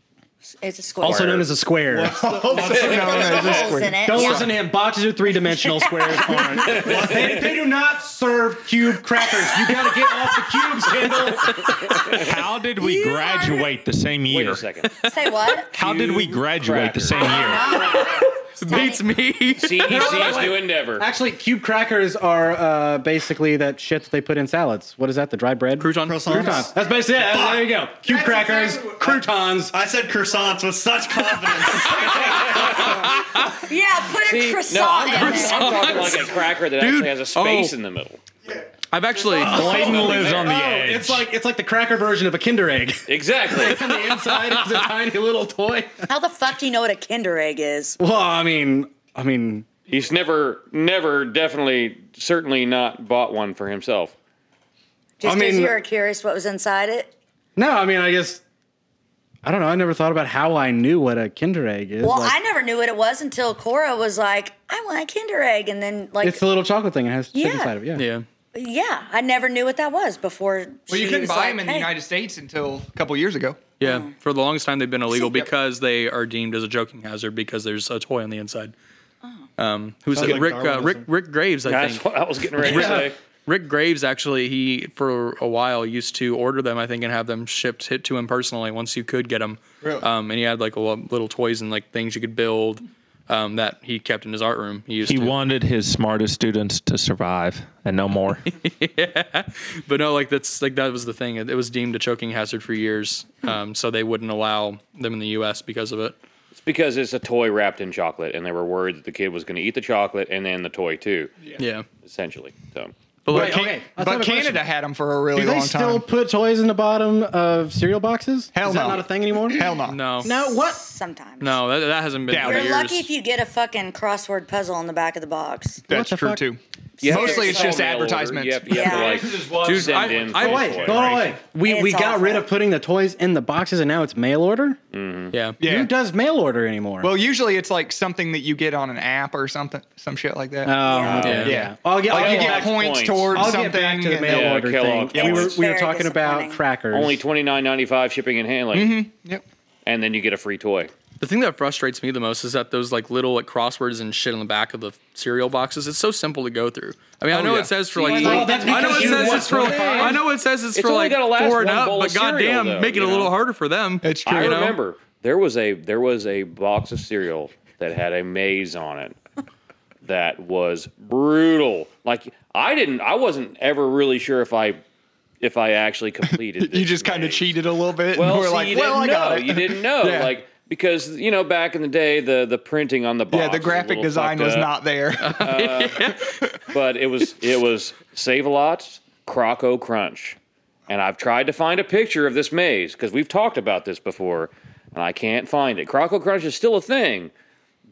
Speaker 5: It's a square.
Speaker 1: also known as a square. [laughs]
Speaker 7: No, no, this
Speaker 5: holes in
Speaker 7: square.
Speaker 5: it.
Speaker 1: Don't
Speaker 5: yeah.
Speaker 1: listen to him. Boxes are three dimensional. [laughs] Squares aren't. they, they do not serve cube crackers. You gotta get off the cubes, Kendall.
Speaker 8: How did we
Speaker 5: You are-
Speaker 8: graduate the same
Speaker 2: Wait
Speaker 8: year?
Speaker 2: a
Speaker 4: [laughs]
Speaker 2: second.
Speaker 5: [laughs] Say what?
Speaker 8: How did we graduate the
Speaker 2: Crackers.
Speaker 8: same year?
Speaker 4: Beats me.
Speaker 2: CEC's E new endeavor.
Speaker 1: Actually, cube crackers are uh, basically that shit that they put in salads. What is that? The dried bread?
Speaker 4: Crouton.
Speaker 3: Croissants.
Speaker 1: Croutons. That's basically it. There you go. Cube
Speaker 3: That's
Speaker 1: crackers,
Speaker 3: exactly what-
Speaker 1: croutons.
Speaker 3: I said croissants with such confidence.
Speaker 5: Yeah, put a
Speaker 2: See, no,
Speaker 5: croissant
Speaker 2: I'm,
Speaker 5: in
Speaker 2: I'm,
Speaker 5: there.
Speaker 2: I'm talking like a cracker that
Speaker 4: Dude,
Speaker 2: actually has a space
Speaker 4: oh.
Speaker 2: in the middle.
Speaker 4: I've actually.
Speaker 8: [laughs] Clayton lives on the
Speaker 1: Oh,
Speaker 8: edge.
Speaker 1: it's like it's like the cracker version of a Kinder Egg. [laughs]
Speaker 2: Exactly.
Speaker 1: On the inside is a tiny little toy.
Speaker 5: How the fuck do you know what a Kinder Egg is?
Speaker 1: Well, I mean, I mean,
Speaker 2: He's never, never, definitely, certainly not bought one for himself.
Speaker 5: Just
Speaker 1: I
Speaker 5: because
Speaker 1: mean-
Speaker 5: you were curious what was inside it.
Speaker 1: no, I mean, I guess I don't know. I never thought about how I knew what a Kinder Egg is.
Speaker 5: Well,
Speaker 1: Like,
Speaker 5: I never knew what it was until Cora was like, "I want a Kinder Egg," and then like,
Speaker 1: it's the little chocolate thing. It has shit
Speaker 5: Yeah.
Speaker 1: inside of it. Yeah.
Speaker 4: Yeah.
Speaker 5: yeah, I never knew what that was before.
Speaker 7: Well,
Speaker 5: she
Speaker 7: you couldn't
Speaker 5: was
Speaker 7: buy
Speaker 5: like,
Speaker 7: them in the
Speaker 5: "Hey."
Speaker 7: United States until a couple years ago.
Speaker 4: Yeah, for the longest time they've been illegal because they are deemed as a joking hazard because there's a toy on the inside. Um, who's
Speaker 3: Sounds
Speaker 4: it?
Speaker 3: like
Speaker 4: Rick? Uh, Rick?
Speaker 3: Darwinism.
Speaker 4: Rick Graves, I
Speaker 2: That's
Speaker 4: think.
Speaker 2: what I was getting ready to say.
Speaker 4: Rick Graves actually, he for a while used to order them, I think, and have them shipped hit to him personally once you could get them.
Speaker 7: Really?
Speaker 4: Um, and he had like a lot, little toys and like things you could build um, that he kept in his art room. He used
Speaker 8: he
Speaker 4: to.
Speaker 8: wanted his smartest students to survive and no more.
Speaker 4: But no, like that's like that was the thing. It, it was deemed a choking hazard for years, um, so they wouldn't allow them in the U.S. because of it.
Speaker 2: It's because it's a toy wrapped in chocolate, and they were worried that the kid was going to eat the chocolate and then the toy too,
Speaker 4: Yeah.
Speaker 2: essentially. So
Speaker 4: But like,
Speaker 7: Can-
Speaker 1: okay, I thought of
Speaker 7: But
Speaker 1: a question.
Speaker 7: Canada had them for a really
Speaker 1: Do they
Speaker 7: long
Speaker 1: still [laughs]
Speaker 7: time.
Speaker 1: put toys in the bottom of cereal boxes?
Speaker 7: Hell
Speaker 1: Is that
Speaker 7: no.
Speaker 1: not a thing anymore?
Speaker 7: Hell no.
Speaker 4: no,
Speaker 1: No, what?
Speaker 5: Sometimes.
Speaker 4: no, that, that hasn't been. for
Speaker 7: Doubt it.
Speaker 5: You're
Speaker 4: years.
Speaker 5: lucky if you get a fucking crossword puzzle on the back of the box.
Speaker 7: That's
Speaker 1: the
Speaker 7: true
Speaker 1: fuck?
Speaker 7: too.
Speaker 2: yeah,
Speaker 7: Mostly it's just advertisements.
Speaker 2: You have, you have
Speaker 5: Yeah.
Speaker 2: to like
Speaker 4: Dude,
Speaker 2: send
Speaker 4: I-
Speaker 2: in.
Speaker 4: I-
Speaker 2: for
Speaker 1: Oh,
Speaker 2: the
Speaker 1: wait,
Speaker 2: toy.
Speaker 1: go away. We, we
Speaker 5: It's
Speaker 1: got rid
Speaker 5: awful.
Speaker 1: of putting the toys in the boxes and now it's mail order?
Speaker 4: Yeah.
Speaker 7: Yeah.
Speaker 1: Who does mail order anymore?
Speaker 7: Well, usually it's like something that you get on an app or something, some shit like that.
Speaker 1: oh,
Speaker 5: Yeah.
Speaker 1: okay.
Speaker 4: Yeah.
Speaker 7: yeah.
Speaker 1: I'll get,
Speaker 7: like
Speaker 1: I'll
Speaker 7: you
Speaker 1: get
Speaker 7: get
Speaker 1: back,
Speaker 2: point-
Speaker 7: points,
Speaker 2: points.
Speaker 7: towards
Speaker 1: I'll get
Speaker 7: something.
Speaker 1: back to the
Speaker 7: and
Speaker 1: mail
Speaker 7: then-
Speaker 2: Yeah,
Speaker 1: order thing.
Speaker 2: Kellogg
Speaker 1: we, were,
Speaker 5: points.
Speaker 1: we were
Speaker 5: Very
Speaker 1: talking about
Speaker 5: disappointing.
Speaker 1: crackers.
Speaker 2: [laughs] Only twenty nine ninety five shipping and handling,
Speaker 7: Yep.
Speaker 2: and then you get a free toy.
Speaker 4: The thing that frustrates me the most is that those like little like crosswords and shit on the back of the cereal boxes. It's so simple to go through. I mean, I
Speaker 7: Oh,
Speaker 4: know
Speaker 7: yeah.
Speaker 4: it says for like.
Speaker 7: See,
Speaker 1: well, that's
Speaker 4: I know
Speaker 1: because
Speaker 4: it
Speaker 1: you
Speaker 4: says
Speaker 1: want
Speaker 4: it's for. Like,
Speaker 1: five.
Speaker 4: I know it says it's, for
Speaker 2: only
Speaker 4: like
Speaker 2: gonna last
Speaker 4: four and
Speaker 2: one
Speaker 4: up,
Speaker 2: bowl
Speaker 4: but
Speaker 2: of cereal,
Speaker 4: goddamn,
Speaker 2: though,
Speaker 4: make it
Speaker 2: you
Speaker 4: a little
Speaker 2: know?
Speaker 4: harder for them.
Speaker 7: It's
Speaker 2: I
Speaker 7: true.
Speaker 4: know?
Speaker 2: remember there was a there was a box of cereal that had a maze on it that was brutal. Like I didn't I wasn't ever really sure if I if I actually completed.
Speaker 7: [laughs] You
Speaker 2: this
Speaker 7: just kind of
Speaker 2: maze.
Speaker 7: cheated a little bit.
Speaker 2: Well,
Speaker 7: and we're
Speaker 2: see,
Speaker 7: like,
Speaker 2: you
Speaker 7: well, I
Speaker 2: didn't
Speaker 7: got
Speaker 2: know.
Speaker 7: it.
Speaker 2: You
Speaker 7: [laughs]
Speaker 2: didn't know
Speaker 7: Yeah.
Speaker 2: like because you know back in the day the the printing on the box
Speaker 7: yeah, the
Speaker 2: was a
Speaker 7: graphic
Speaker 2: little
Speaker 7: design
Speaker 2: fucked
Speaker 7: was
Speaker 2: up,
Speaker 7: not there.
Speaker 2: But it was it was Save a Lot Croco Crunch, and I've tried to find a picture of this maze because we've talked about this before, and I can't find it. Croco Crunch is still a thing,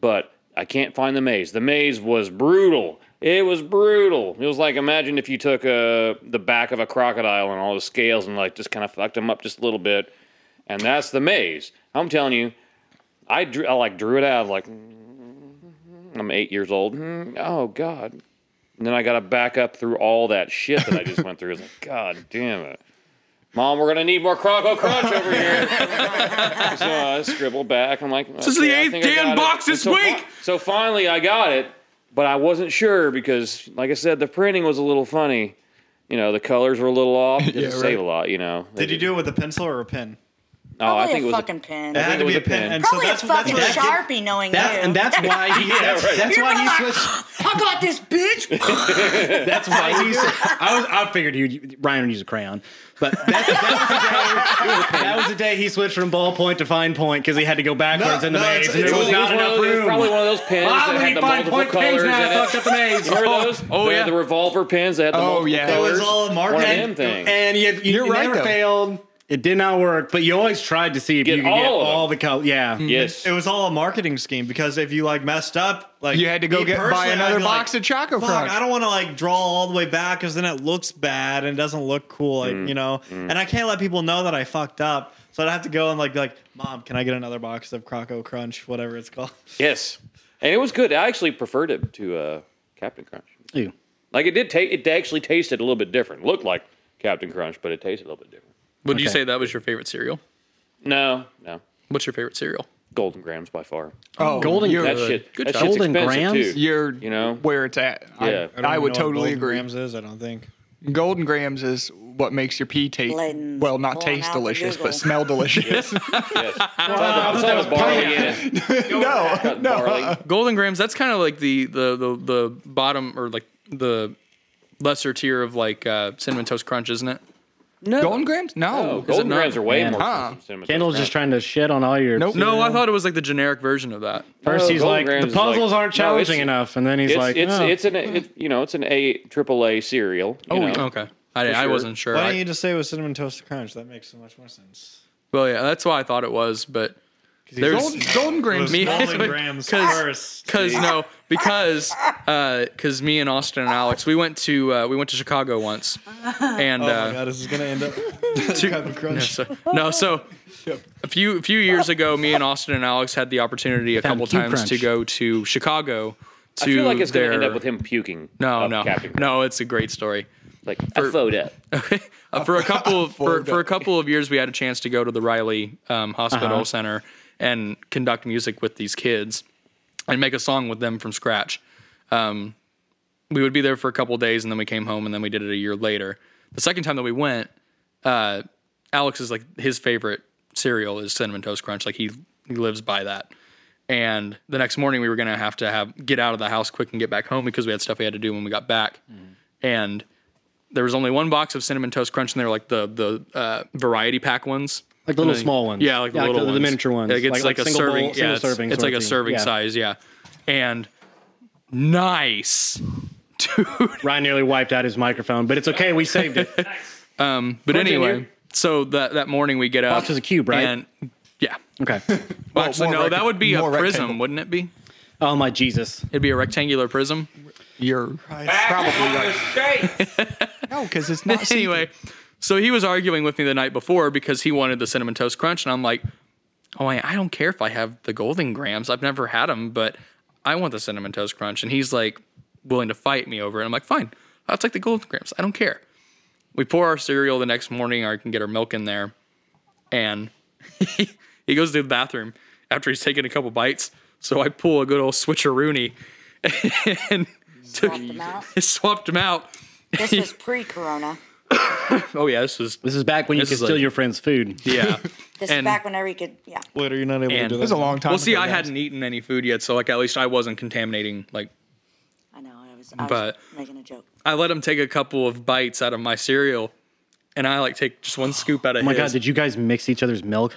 Speaker 2: but I can't find the maze. The maze was brutal. It was brutal. It was like imagine if you took uh, the back of a crocodile and all the scales and like just kind of fucked them up just a little bit, and that's the maze. I'm telling you, I drew, I like drew it out like I'm eight years old. Hmm, Oh God! And then I got to back up through all that shit that I just went through. It's like God damn it. Mom, we're gonna need more Croco Crunch over here. [laughs] so I scribble back. I'm like, this
Speaker 4: is the eighth damn box this
Speaker 2: so
Speaker 4: week.
Speaker 2: fi- so finally, I got it, but I wasn't sure because, like I said, the printing was a little funny. You know, the colors were a little off. It didn't save a lot. You know. They
Speaker 3: Did you do it with a pencil or a pen?
Speaker 2: No,
Speaker 7: Oh,
Speaker 5: Probably
Speaker 2: I think
Speaker 5: a
Speaker 2: it was.
Speaker 5: fucking pen.
Speaker 3: It had to
Speaker 2: it
Speaker 3: be
Speaker 2: was
Speaker 3: a
Speaker 2: a
Speaker 3: pen.
Speaker 2: pen.
Speaker 3: And so
Speaker 5: Probably
Speaker 3: that's
Speaker 5: a
Speaker 3: what- that's
Speaker 5: fucking
Speaker 3: what that
Speaker 5: sharpie, knowing
Speaker 1: That,
Speaker 5: you.
Speaker 1: and that's
Speaker 6: [laughs]
Speaker 1: why he. [laughs] That's, that's
Speaker 5: You're
Speaker 1: why he
Speaker 5: like,
Speaker 1: switched.
Speaker 5: I got this bitch.
Speaker 1: [laughs] That's why he. Said, I was. I figured he Ryan would use a crayon, but that, that, was the day, that was the day he switched from ballpoint to fine point because he had to go backwards
Speaker 3: No,
Speaker 1: in the
Speaker 3: no,
Speaker 1: maze,
Speaker 3: it's-
Speaker 1: and
Speaker 3: it's
Speaker 1: there was
Speaker 3: only-
Speaker 1: not
Speaker 2: one of
Speaker 1: enough
Speaker 2: those-
Speaker 1: room. Ah,
Speaker 2: Probably one of those
Speaker 1: I'm
Speaker 2: pens that had
Speaker 1: gonna
Speaker 2: the
Speaker 1: find
Speaker 2: multiple
Speaker 1: point
Speaker 2: colors
Speaker 1: pins
Speaker 2: in
Speaker 1: now. I
Speaker 2: it.
Speaker 1: fucked up the maze.
Speaker 2: Remember those?
Speaker 4: oh,
Speaker 2: The-
Speaker 4: yeah.
Speaker 2: the revolver pens that had the
Speaker 7: Oh,
Speaker 2: multiple
Speaker 7: yeah. It
Speaker 2: colors.
Speaker 7: was
Speaker 3: all
Speaker 2: One of
Speaker 3: marketing.
Speaker 2: them things.
Speaker 1: And you, you,
Speaker 7: You're
Speaker 1: you
Speaker 7: right,
Speaker 1: never
Speaker 7: though.
Speaker 1: failed. It did not work, but you always tried to see if
Speaker 2: Get
Speaker 1: you could get
Speaker 2: all of them.
Speaker 1: all the color. Yeah.
Speaker 2: yes.
Speaker 3: It was all a marketing scheme because if you like messed up, like
Speaker 7: You had to go
Speaker 3: me
Speaker 7: get- buy
Speaker 3: personally,
Speaker 7: another
Speaker 3: I'd be
Speaker 7: box of Choco
Speaker 3: "Fuck,
Speaker 7: Crunch."
Speaker 3: I don't want to like draw all the way back because then it looks bad and it doesn't look cool, like, you know. And I can't let people know that I fucked up, so I'd have to go and like be like, "Mom, can I get another box of Croco Crunch, whatever it's called?"
Speaker 2: Yes, and it was good. I actually preferred it to uh, Captain Crunch.
Speaker 1: Ew.
Speaker 2: Like it did taste. It actually tasted a little bit different. Looked like Captain Crunch, but it tasted a little bit different.
Speaker 4: Would you say that was your favorite cereal?
Speaker 2: No, no.
Speaker 4: What's your favorite cereal?
Speaker 2: Golden Grams by far.
Speaker 7: Oh,
Speaker 1: Golden
Speaker 7: you're,
Speaker 2: That
Speaker 4: Good.
Speaker 2: shit.
Speaker 4: Good
Speaker 2: that
Speaker 4: job.
Speaker 2: shit's
Speaker 1: Golden
Speaker 2: expensive
Speaker 1: Grams?
Speaker 2: too.
Speaker 7: you're
Speaker 2: you know?
Speaker 7: where it's at.
Speaker 2: Yeah. I
Speaker 7: I,
Speaker 2: don't
Speaker 7: I,
Speaker 3: don't
Speaker 7: would
Speaker 3: even know what
Speaker 7: totally
Speaker 3: Golden
Speaker 7: agree.
Speaker 3: Grams is I don't think.
Speaker 7: Golden grams is what makes your pee taste
Speaker 5: Layton's
Speaker 7: well, not
Speaker 5: pulling
Speaker 7: taste
Speaker 5: out the
Speaker 7: delicious, but
Speaker 5: Google.
Speaker 7: smell delicious. [laughs]
Speaker 2: It's all the barley
Speaker 1: [laughs]
Speaker 2: in it.
Speaker 7: no,
Speaker 2: Got
Speaker 7: no.
Speaker 2: barley.
Speaker 4: Golden Grams. That's kind of like the the the the bottom or like the lesser tier of like uh, cinnamon toast crunch, isn't it?
Speaker 2: No.
Speaker 7: Golden grams?
Speaker 2: No,
Speaker 7: No.
Speaker 2: Oh, Golden
Speaker 4: not?
Speaker 2: Grams are way
Speaker 1: Man.
Speaker 2: more.
Speaker 7: Huh.
Speaker 2: expensive than cinnamon
Speaker 1: Kendall's
Speaker 2: Toast
Speaker 1: just trying to shit on all your.
Speaker 7: Nope.
Speaker 4: No, I thought it was like the generic version of that.
Speaker 1: First,
Speaker 2: No,
Speaker 1: he's like,
Speaker 2: Golden Oh, Grams
Speaker 1: the
Speaker 2: is
Speaker 1: puzzles
Speaker 2: like-
Speaker 1: aren't
Speaker 2: No,
Speaker 1: challenging
Speaker 2: it's-
Speaker 1: enough, and then he's
Speaker 2: It's
Speaker 1: like,
Speaker 2: it's,
Speaker 1: "Oh."
Speaker 2: it's an it, you know it's an A triple A cereal. You
Speaker 3: Oh,
Speaker 2: know?
Speaker 4: Okay, I, I wasn't sure.
Speaker 3: Why
Speaker 4: I-
Speaker 3: don't you just say it was cinnamon toast crunch? That makes so much more sense.
Speaker 4: well, yeah, that's why I thought it was, but
Speaker 7: Golden,
Speaker 4: there's
Speaker 7: golden
Speaker 3: It was
Speaker 4: [laughs]
Speaker 7: grams.
Speaker 4: Me-
Speaker 8: [laughs]
Speaker 3: Golden Grams
Speaker 4: 'Cause-
Speaker 3: first.
Speaker 4: because no because because me and Austin and Alex we went to uh, we went to Chicago once and.
Speaker 3: Oh my
Speaker 4: uh,
Speaker 3: god, this is gonna end up Captain
Speaker 4: No,
Speaker 3: Crunch.
Speaker 4: so, no, so a few a few years ago, me and Austin and Alex had the opportunity a
Speaker 1: Found
Speaker 4: couple
Speaker 1: Q
Speaker 4: times
Speaker 1: Crunch.
Speaker 4: to go to Chicago. To
Speaker 2: I feel like it's
Speaker 4: their,
Speaker 2: gonna end up with him puking.
Speaker 4: No,
Speaker 2: up
Speaker 4: no,
Speaker 2: Captain Crunch.
Speaker 4: no. It's a great story.
Speaker 2: Like a photo.
Speaker 4: Uh, for a couple of, for, for a couple of years, we had a chance to go to the Riley um, Hospital Center and conduct music with these kids and make a song with them from scratch. Um, we would be there for a couple of days, and then we came home, and then we did it a year later. The second time that we went, uh, Alex is like his favorite cereal is cinnamon toast crunch. Like he he lives by that. And the next morning, we were gonna have to have get out of the house quick and get back home because we had stuff we had to do when we got back. And there was only one box of cinnamon toast crunch, and they were like the the uh, variety pack ones,
Speaker 1: Like the little
Speaker 2: Mm.
Speaker 1: small ones.
Speaker 4: Yeah, like the
Speaker 1: Yeah, like
Speaker 4: little
Speaker 1: the- the
Speaker 4: ones.
Speaker 1: miniature ones.
Speaker 4: Like it's
Speaker 1: Like-
Speaker 4: like,
Speaker 1: like
Speaker 4: a
Speaker 1: single bowl-
Speaker 4: serving,
Speaker 1: single
Speaker 4: yeah, it's,
Speaker 1: serving
Speaker 4: it's
Speaker 1: sort
Speaker 4: like
Speaker 1: of
Speaker 4: a
Speaker 1: thing.
Speaker 4: serving
Speaker 1: Yeah.
Speaker 4: size, yeah. And nice, [laughs] dude.
Speaker 1: Ryan nearly wiped out his microphone, but it's okay. We saved it.
Speaker 4: [laughs] But
Speaker 1: Continue.
Speaker 4: anyway, so that that morning we get up.
Speaker 1: Box is a cube, right?
Speaker 4: And yeah.
Speaker 1: Okay.
Speaker 4: Well, actually,
Speaker 7: more
Speaker 4: no,
Speaker 7: recta-
Speaker 4: that would be a
Speaker 7: more
Speaker 4: prism,
Speaker 7: rectangle.
Speaker 4: wouldn't it be?
Speaker 1: Oh my Jesus!
Speaker 4: It'd be a rectangular prism.
Speaker 7: You're
Speaker 6: Probably
Speaker 7: probably like
Speaker 6: straight.
Speaker 7: no, because it's
Speaker 4: [laughs]
Speaker 7: not.
Speaker 4: anyway, so he was arguing with me the night before because he wanted the cinnamon toast crunch, and I'm like, oh, I, I don't care if I have the golden grams. I've never had them, but I want the cinnamon toast crunch. And he's like, willing to fight me over it. I'm like, fine, I'll take the golden grams. I don't care. We pour our cereal the next morning, or I can get our milk in there, and [laughs] he goes to the bathroom after he's taken a couple bites. So I pull a good old switcheroony [laughs] and [laughs] took,
Speaker 5: Swapped them out.
Speaker 4: swapped him out.
Speaker 5: This was pre-corona.
Speaker 4: Oh yeah, this was
Speaker 1: This is back when you
Speaker 4: This
Speaker 1: could
Speaker 4: is
Speaker 1: steal
Speaker 4: like-
Speaker 1: your friend's food.
Speaker 4: [laughs] yeah.
Speaker 5: This
Speaker 4: And-
Speaker 5: is back whenever you could, yeah.
Speaker 3: Later, you're not able to
Speaker 4: And-
Speaker 3: do
Speaker 7: It was
Speaker 3: that.
Speaker 7: a long time.
Speaker 4: Well, see,
Speaker 7: ago,
Speaker 4: I
Speaker 7: guys.
Speaker 4: hadn't eaten any food yet, so like at least I wasn't contaminating. Like
Speaker 5: I know. I was, I was
Speaker 4: But-
Speaker 5: making a joke.
Speaker 4: I let him take a couple of bites out of my cereal, and I like take
Speaker 1: [sighs]
Speaker 4: just one scoop out of
Speaker 1: Oh my
Speaker 4: his.
Speaker 1: God! Did you guys mix each other's milk?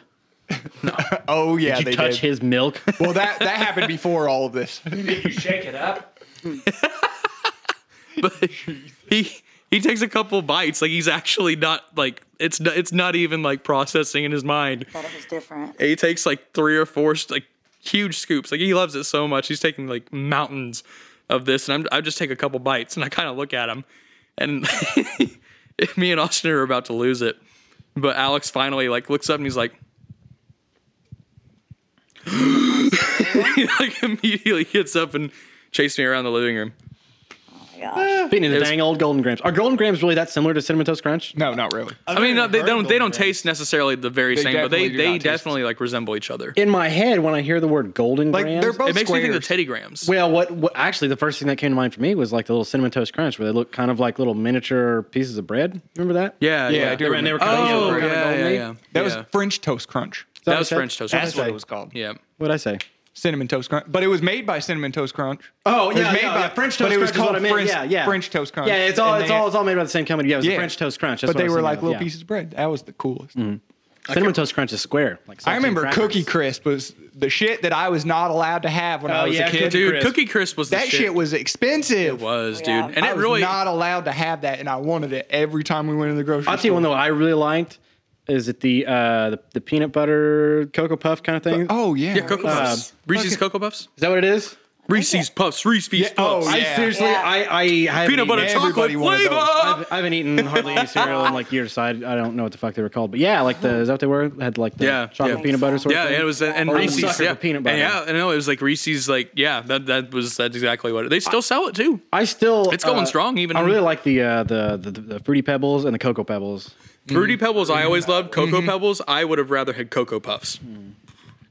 Speaker 7: Oh yeah,
Speaker 1: Did you
Speaker 7: they
Speaker 1: touch
Speaker 7: did.
Speaker 1: his
Speaker 4: [laughs]
Speaker 1: milk?
Speaker 7: Well, that that happened before all of this. [laughs]
Speaker 6: you shake it up.
Speaker 1: [laughs]
Speaker 4: but he he takes a couple bites. Like he's actually not like it's not, it's not even like processing in his mind.
Speaker 5: But it was different. Oh
Speaker 4: He takes like three or four like huge scoops. Like he loves it so much. He's taking like mountains of this, and I'm I just take a couple bites and I kind of look at him, and [laughs] me and Austin are about to lose it, but Alex finally like looks up and he's like. [laughs] he like immediately gets up and chased me around the living room.
Speaker 5: Gosh.
Speaker 1: Speaking of the
Speaker 4: was-
Speaker 1: dang old Golden Grams, are Golden Grams really that similar to Cinnamon Toast Crunch?
Speaker 7: No, not really.
Speaker 3: I've
Speaker 4: I mean, no,
Speaker 3: never
Speaker 4: they
Speaker 3: heard
Speaker 4: don't. They
Speaker 3: Golden
Speaker 4: don't
Speaker 3: Grams.
Speaker 4: taste necessarily the very
Speaker 7: They
Speaker 4: same, but they
Speaker 7: definitely do
Speaker 4: they
Speaker 7: not taste-
Speaker 4: definitely like resemble each other.
Speaker 1: In my head, when I hear the word Golden
Speaker 7: Like
Speaker 1: Grams,
Speaker 7: they're both
Speaker 4: It makes
Speaker 7: squares.
Speaker 4: me think of Teddy Grams.
Speaker 1: Well, what, what actually the first thing that came to mind for me was like the little cinnamon toast crunch, where they look kind of like little miniature pieces of bread. Remember that?
Speaker 4: yeah,
Speaker 7: Yeah,
Speaker 4: yeah.
Speaker 7: I do
Speaker 1: They were, and they were
Speaker 7: remember.
Speaker 1: kind of-
Speaker 4: Oh,
Speaker 1: they were
Speaker 4: yeah,
Speaker 1: kind of
Speaker 4: yeah,
Speaker 1: golden-y.
Speaker 4: yeah.
Speaker 7: That
Speaker 4: yeah.
Speaker 7: was French toast crunch.
Speaker 1: Is what
Speaker 4: was
Speaker 1: I said?
Speaker 4: French toast
Speaker 7: That's
Speaker 4: crunch.
Speaker 7: what it was called.
Speaker 4: Yeah.
Speaker 1: What'd I say?
Speaker 7: Cinnamon toast crunch, but it was made by Cinnamon Toast Crunch.
Speaker 1: Oh
Speaker 7: It was
Speaker 1: yeah,
Speaker 7: made
Speaker 1: yeah,
Speaker 7: by-
Speaker 1: yeah, French
Speaker 7: but
Speaker 1: toast
Speaker 7: it was
Speaker 1: crunch. is what
Speaker 7: called
Speaker 1: I meant.
Speaker 7: French-
Speaker 1: yeah, yeah.
Speaker 7: French toast crunch.
Speaker 1: Yeah, it's all
Speaker 7: And
Speaker 1: it's
Speaker 7: they-
Speaker 1: all it's all made by the same company. Yeah, it was the
Speaker 7: Yeah.
Speaker 1: French toast crunch. That's
Speaker 7: But
Speaker 1: what I
Speaker 7: they
Speaker 1: was
Speaker 7: were
Speaker 1: thinking
Speaker 7: like
Speaker 1: of,
Speaker 7: little
Speaker 1: yeah.
Speaker 7: pieces of bread. That was the coolest.
Speaker 1: Cinnamon toast crunch is square. Like
Speaker 7: I remember
Speaker 1: saltine crackers.
Speaker 7: Cookie Crisp was the shit that I was not allowed to have when I was
Speaker 1: Oh, yeah,
Speaker 7: a kid.
Speaker 1: Cookie
Speaker 4: Dude,
Speaker 1: Crisp.
Speaker 4: Cookie Crisp was the
Speaker 7: that shit. was expensive.
Speaker 4: It was, dude,
Speaker 5: Yeah.
Speaker 4: and
Speaker 7: I
Speaker 4: it
Speaker 7: was
Speaker 4: really.
Speaker 7: not allowed to have that, and I wanted it every time we went to the grocery
Speaker 1: I'll tell you
Speaker 7: store.
Speaker 1: one though I really liked is it the uh the, the peanut butter cocoa puff kind of thing?
Speaker 7: Oh yeah.
Speaker 4: yeah, Cocoa Puffs. Reese's Cocoa Puffs.
Speaker 1: Is that what it is?
Speaker 4: Reese's Puffs. Reese's Puffs.
Speaker 7: oh,
Speaker 1: I
Speaker 7: yeah.
Speaker 1: seriously,
Speaker 5: Yeah.
Speaker 1: I I haven't
Speaker 4: Peanut
Speaker 1: eaten
Speaker 4: butter
Speaker 1: it.
Speaker 4: chocolate
Speaker 7: everybody wanted
Speaker 4: flavor.
Speaker 7: those.
Speaker 1: I've, I haven't eaten hardly any cereal in like years, so I, I don't know what the fuck they were called. But yeah, like the is that what they were? Had like the
Speaker 4: Yeah,
Speaker 1: chocolate
Speaker 4: yeah.
Speaker 1: peanut butter sort
Speaker 4: Yeah,
Speaker 1: of
Speaker 4: and
Speaker 1: thing.
Speaker 4: it was and
Speaker 1: I'm a
Speaker 4: Reese's
Speaker 1: sucker
Speaker 4: yeah.
Speaker 1: for peanut butter.
Speaker 4: And yeah, and no, it was like Reese's like yeah, that that was that's exactly what it, they still sell it too.
Speaker 1: I still
Speaker 4: It's going
Speaker 1: uh,
Speaker 4: strong, even
Speaker 1: I
Speaker 4: in-
Speaker 1: really like the uh, the, the the fruity pebbles and the cocoa pebbles.
Speaker 7: Mm.
Speaker 4: Fruity Pebbles I always loved. Cocoa
Speaker 7: Mm-hmm.
Speaker 4: Pebbles I would have rather had Cocoa Puffs.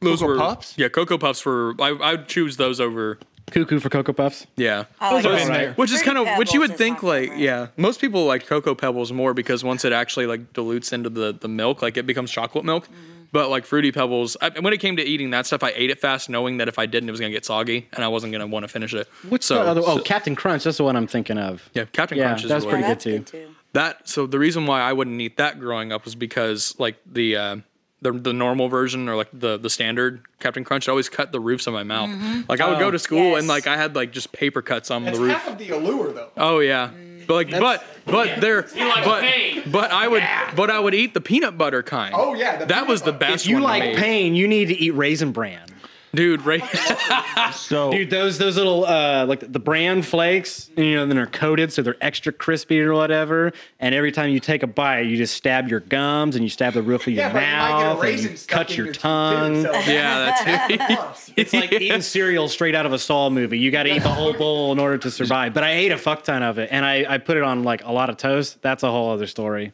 Speaker 4: Those
Speaker 7: Cocoa
Speaker 4: were
Speaker 7: Puffs?
Speaker 4: Yeah, Cocoa Puffs were I I would choose those over
Speaker 1: Cuckoo for cocoa puffs.
Speaker 4: yeah.
Speaker 5: I like
Speaker 1: Those are
Speaker 5: that.
Speaker 1: in there.
Speaker 4: Which is
Speaker 5: Fruity
Speaker 4: kind of which you
Speaker 5: Pebbles
Speaker 4: would
Speaker 5: is
Speaker 4: think
Speaker 5: my
Speaker 4: like
Speaker 5: favorite.
Speaker 4: yeah most people like cocoa pebbles more because once it actually like dilutes into the the milk like it becomes chocolate milk
Speaker 5: Mm-hmm.
Speaker 4: but like fruity pebbles I, when it came to eating that stuff I ate it fast knowing that if I didn't it was gonna get soggy and I wasn't gonna want to finish it
Speaker 1: What's
Speaker 4: so,
Speaker 1: the other? Oh,
Speaker 4: so-
Speaker 1: Captain Crunch. That's the one I'm thinking of.
Speaker 4: yeah Captain
Speaker 1: Yeah,
Speaker 4: Crunch is
Speaker 1: that's
Speaker 4: really
Speaker 1: pretty
Speaker 5: Yeah,
Speaker 1: good
Speaker 5: that's good too.
Speaker 4: that so the reason why I wouldn't eat that growing up was because like the uh, the the normal version or like the the standard Captain Crunch it always cut the roofs of my mouth. Like I would go to school
Speaker 5: Yes.
Speaker 4: and like I had like just paper cuts on
Speaker 7: Oh. That's
Speaker 4: the roof.
Speaker 7: half of the allure, though.
Speaker 4: Oh yeah. But like but but there but but I would but I would eat the peanut butter kind.
Speaker 7: Oh, yeah, the
Speaker 4: that
Speaker 7: peanut
Speaker 4: was the
Speaker 7: butter.
Speaker 4: best
Speaker 1: You
Speaker 4: one to
Speaker 1: like
Speaker 4: me.
Speaker 1: pain? You need to eat raisin bran.
Speaker 4: Dude, right? [laughs]
Speaker 8: So
Speaker 1: Dude, those those little uh, like the bran flakes, you know, then they're coated so they're extra crispy or whatever. And every time you take a bite, you just stab your gums and you stab the roof of your
Speaker 7: [laughs] Yeah, but you might get a
Speaker 1: mouth,
Speaker 7: raisin
Speaker 1: and you
Speaker 7: stuck
Speaker 1: cut
Speaker 7: in
Speaker 1: your,
Speaker 7: your
Speaker 1: tongue.
Speaker 7: tooth, so-
Speaker 4: yeah, that's
Speaker 1: It's like
Speaker 7: [laughs]
Speaker 1: eating cereal straight out of a Saw movie. You got to eat the whole bowl in order to survive. But I ate a fuck ton of it, and I, I put it on like a lot of toast. That's a whole other story.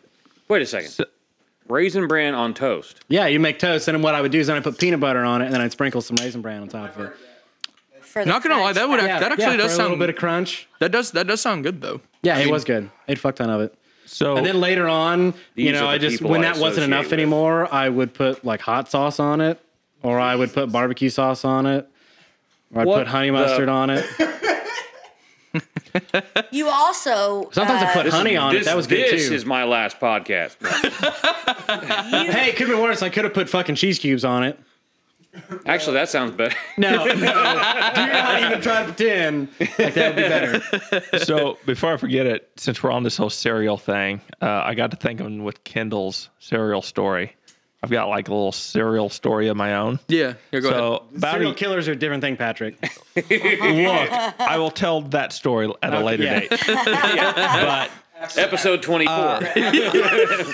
Speaker 2: Wait a second. Raisin bran on toast.
Speaker 1: Yeah, you make toast, and then what I would do is then I put peanut butter on it, and then I'd sprinkle some raisin bran on top of it.
Speaker 5: For the
Speaker 4: Not gonna lie,
Speaker 5: French
Speaker 4: that would
Speaker 5: fries.
Speaker 1: Yeah,
Speaker 4: that actually
Speaker 1: yeah, for
Speaker 4: does
Speaker 1: a little
Speaker 4: sound
Speaker 1: bit of crunch.
Speaker 4: that does that does sound good though.
Speaker 1: Yeah, it was good. I ate a fuck ton of it.
Speaker 8: so
Speaker 1: And then later on, you
Speaker 2: These are
Speaker 1: know,
Speaker 2: the
Speaker 1: I just
Speaker 2: people
Speaker 1: when that
Speaker 2: I
Speaker 1: wasn't
Speaker 2: associate
Speaker 1: enough
Speaker 2: with.
Speaker 1: anymore, I would put like hot sauce on it, or I would put barbecue sauce on it, or I'd
Speaker 2: What
Speaker 1: put honey
Speaker 2: the-
Speaker 1: mustard on
Speaker 2: [laughs]
Speaker 1: it.
Speaker 5: You also
Speaker 1: Sometimes I
Speaker 5: uh,
Speaker 1: put honey on
Speaker 2: this,
Speaker 1: it. That was good
Speaker 2: This
Speaker 1: too.
Speaker 2: is my last podcast.
Speaker 1: hey, it could have been worse. I could have put fucking cheese cubes on it.
Speaker 2: Actually, that sounds better.
Speaker 3: [laughs]
Speaker 1: No, no, do not even try to pretend like that would be better.
Speaker 8: [laughs] [laughs] so before I forget it, since we're on this whole cereal thing, uh, I got to thinking with Kendall's cereal story. I've got like a little cereal story of my own.
Speaker 4: Yeah. Here, go ahead.
Speaker 8: so about
Speaker 1: Serial
Speaker 8: a,
Speaker 1: killers are a different thing, Patrick.
Speaker 8: look, I will tell that story at a later
Speaker 1: yeah.
Speaker 8: date. but
Speaker 2: [laughs] Episode 24.
Speaker 1: Uh,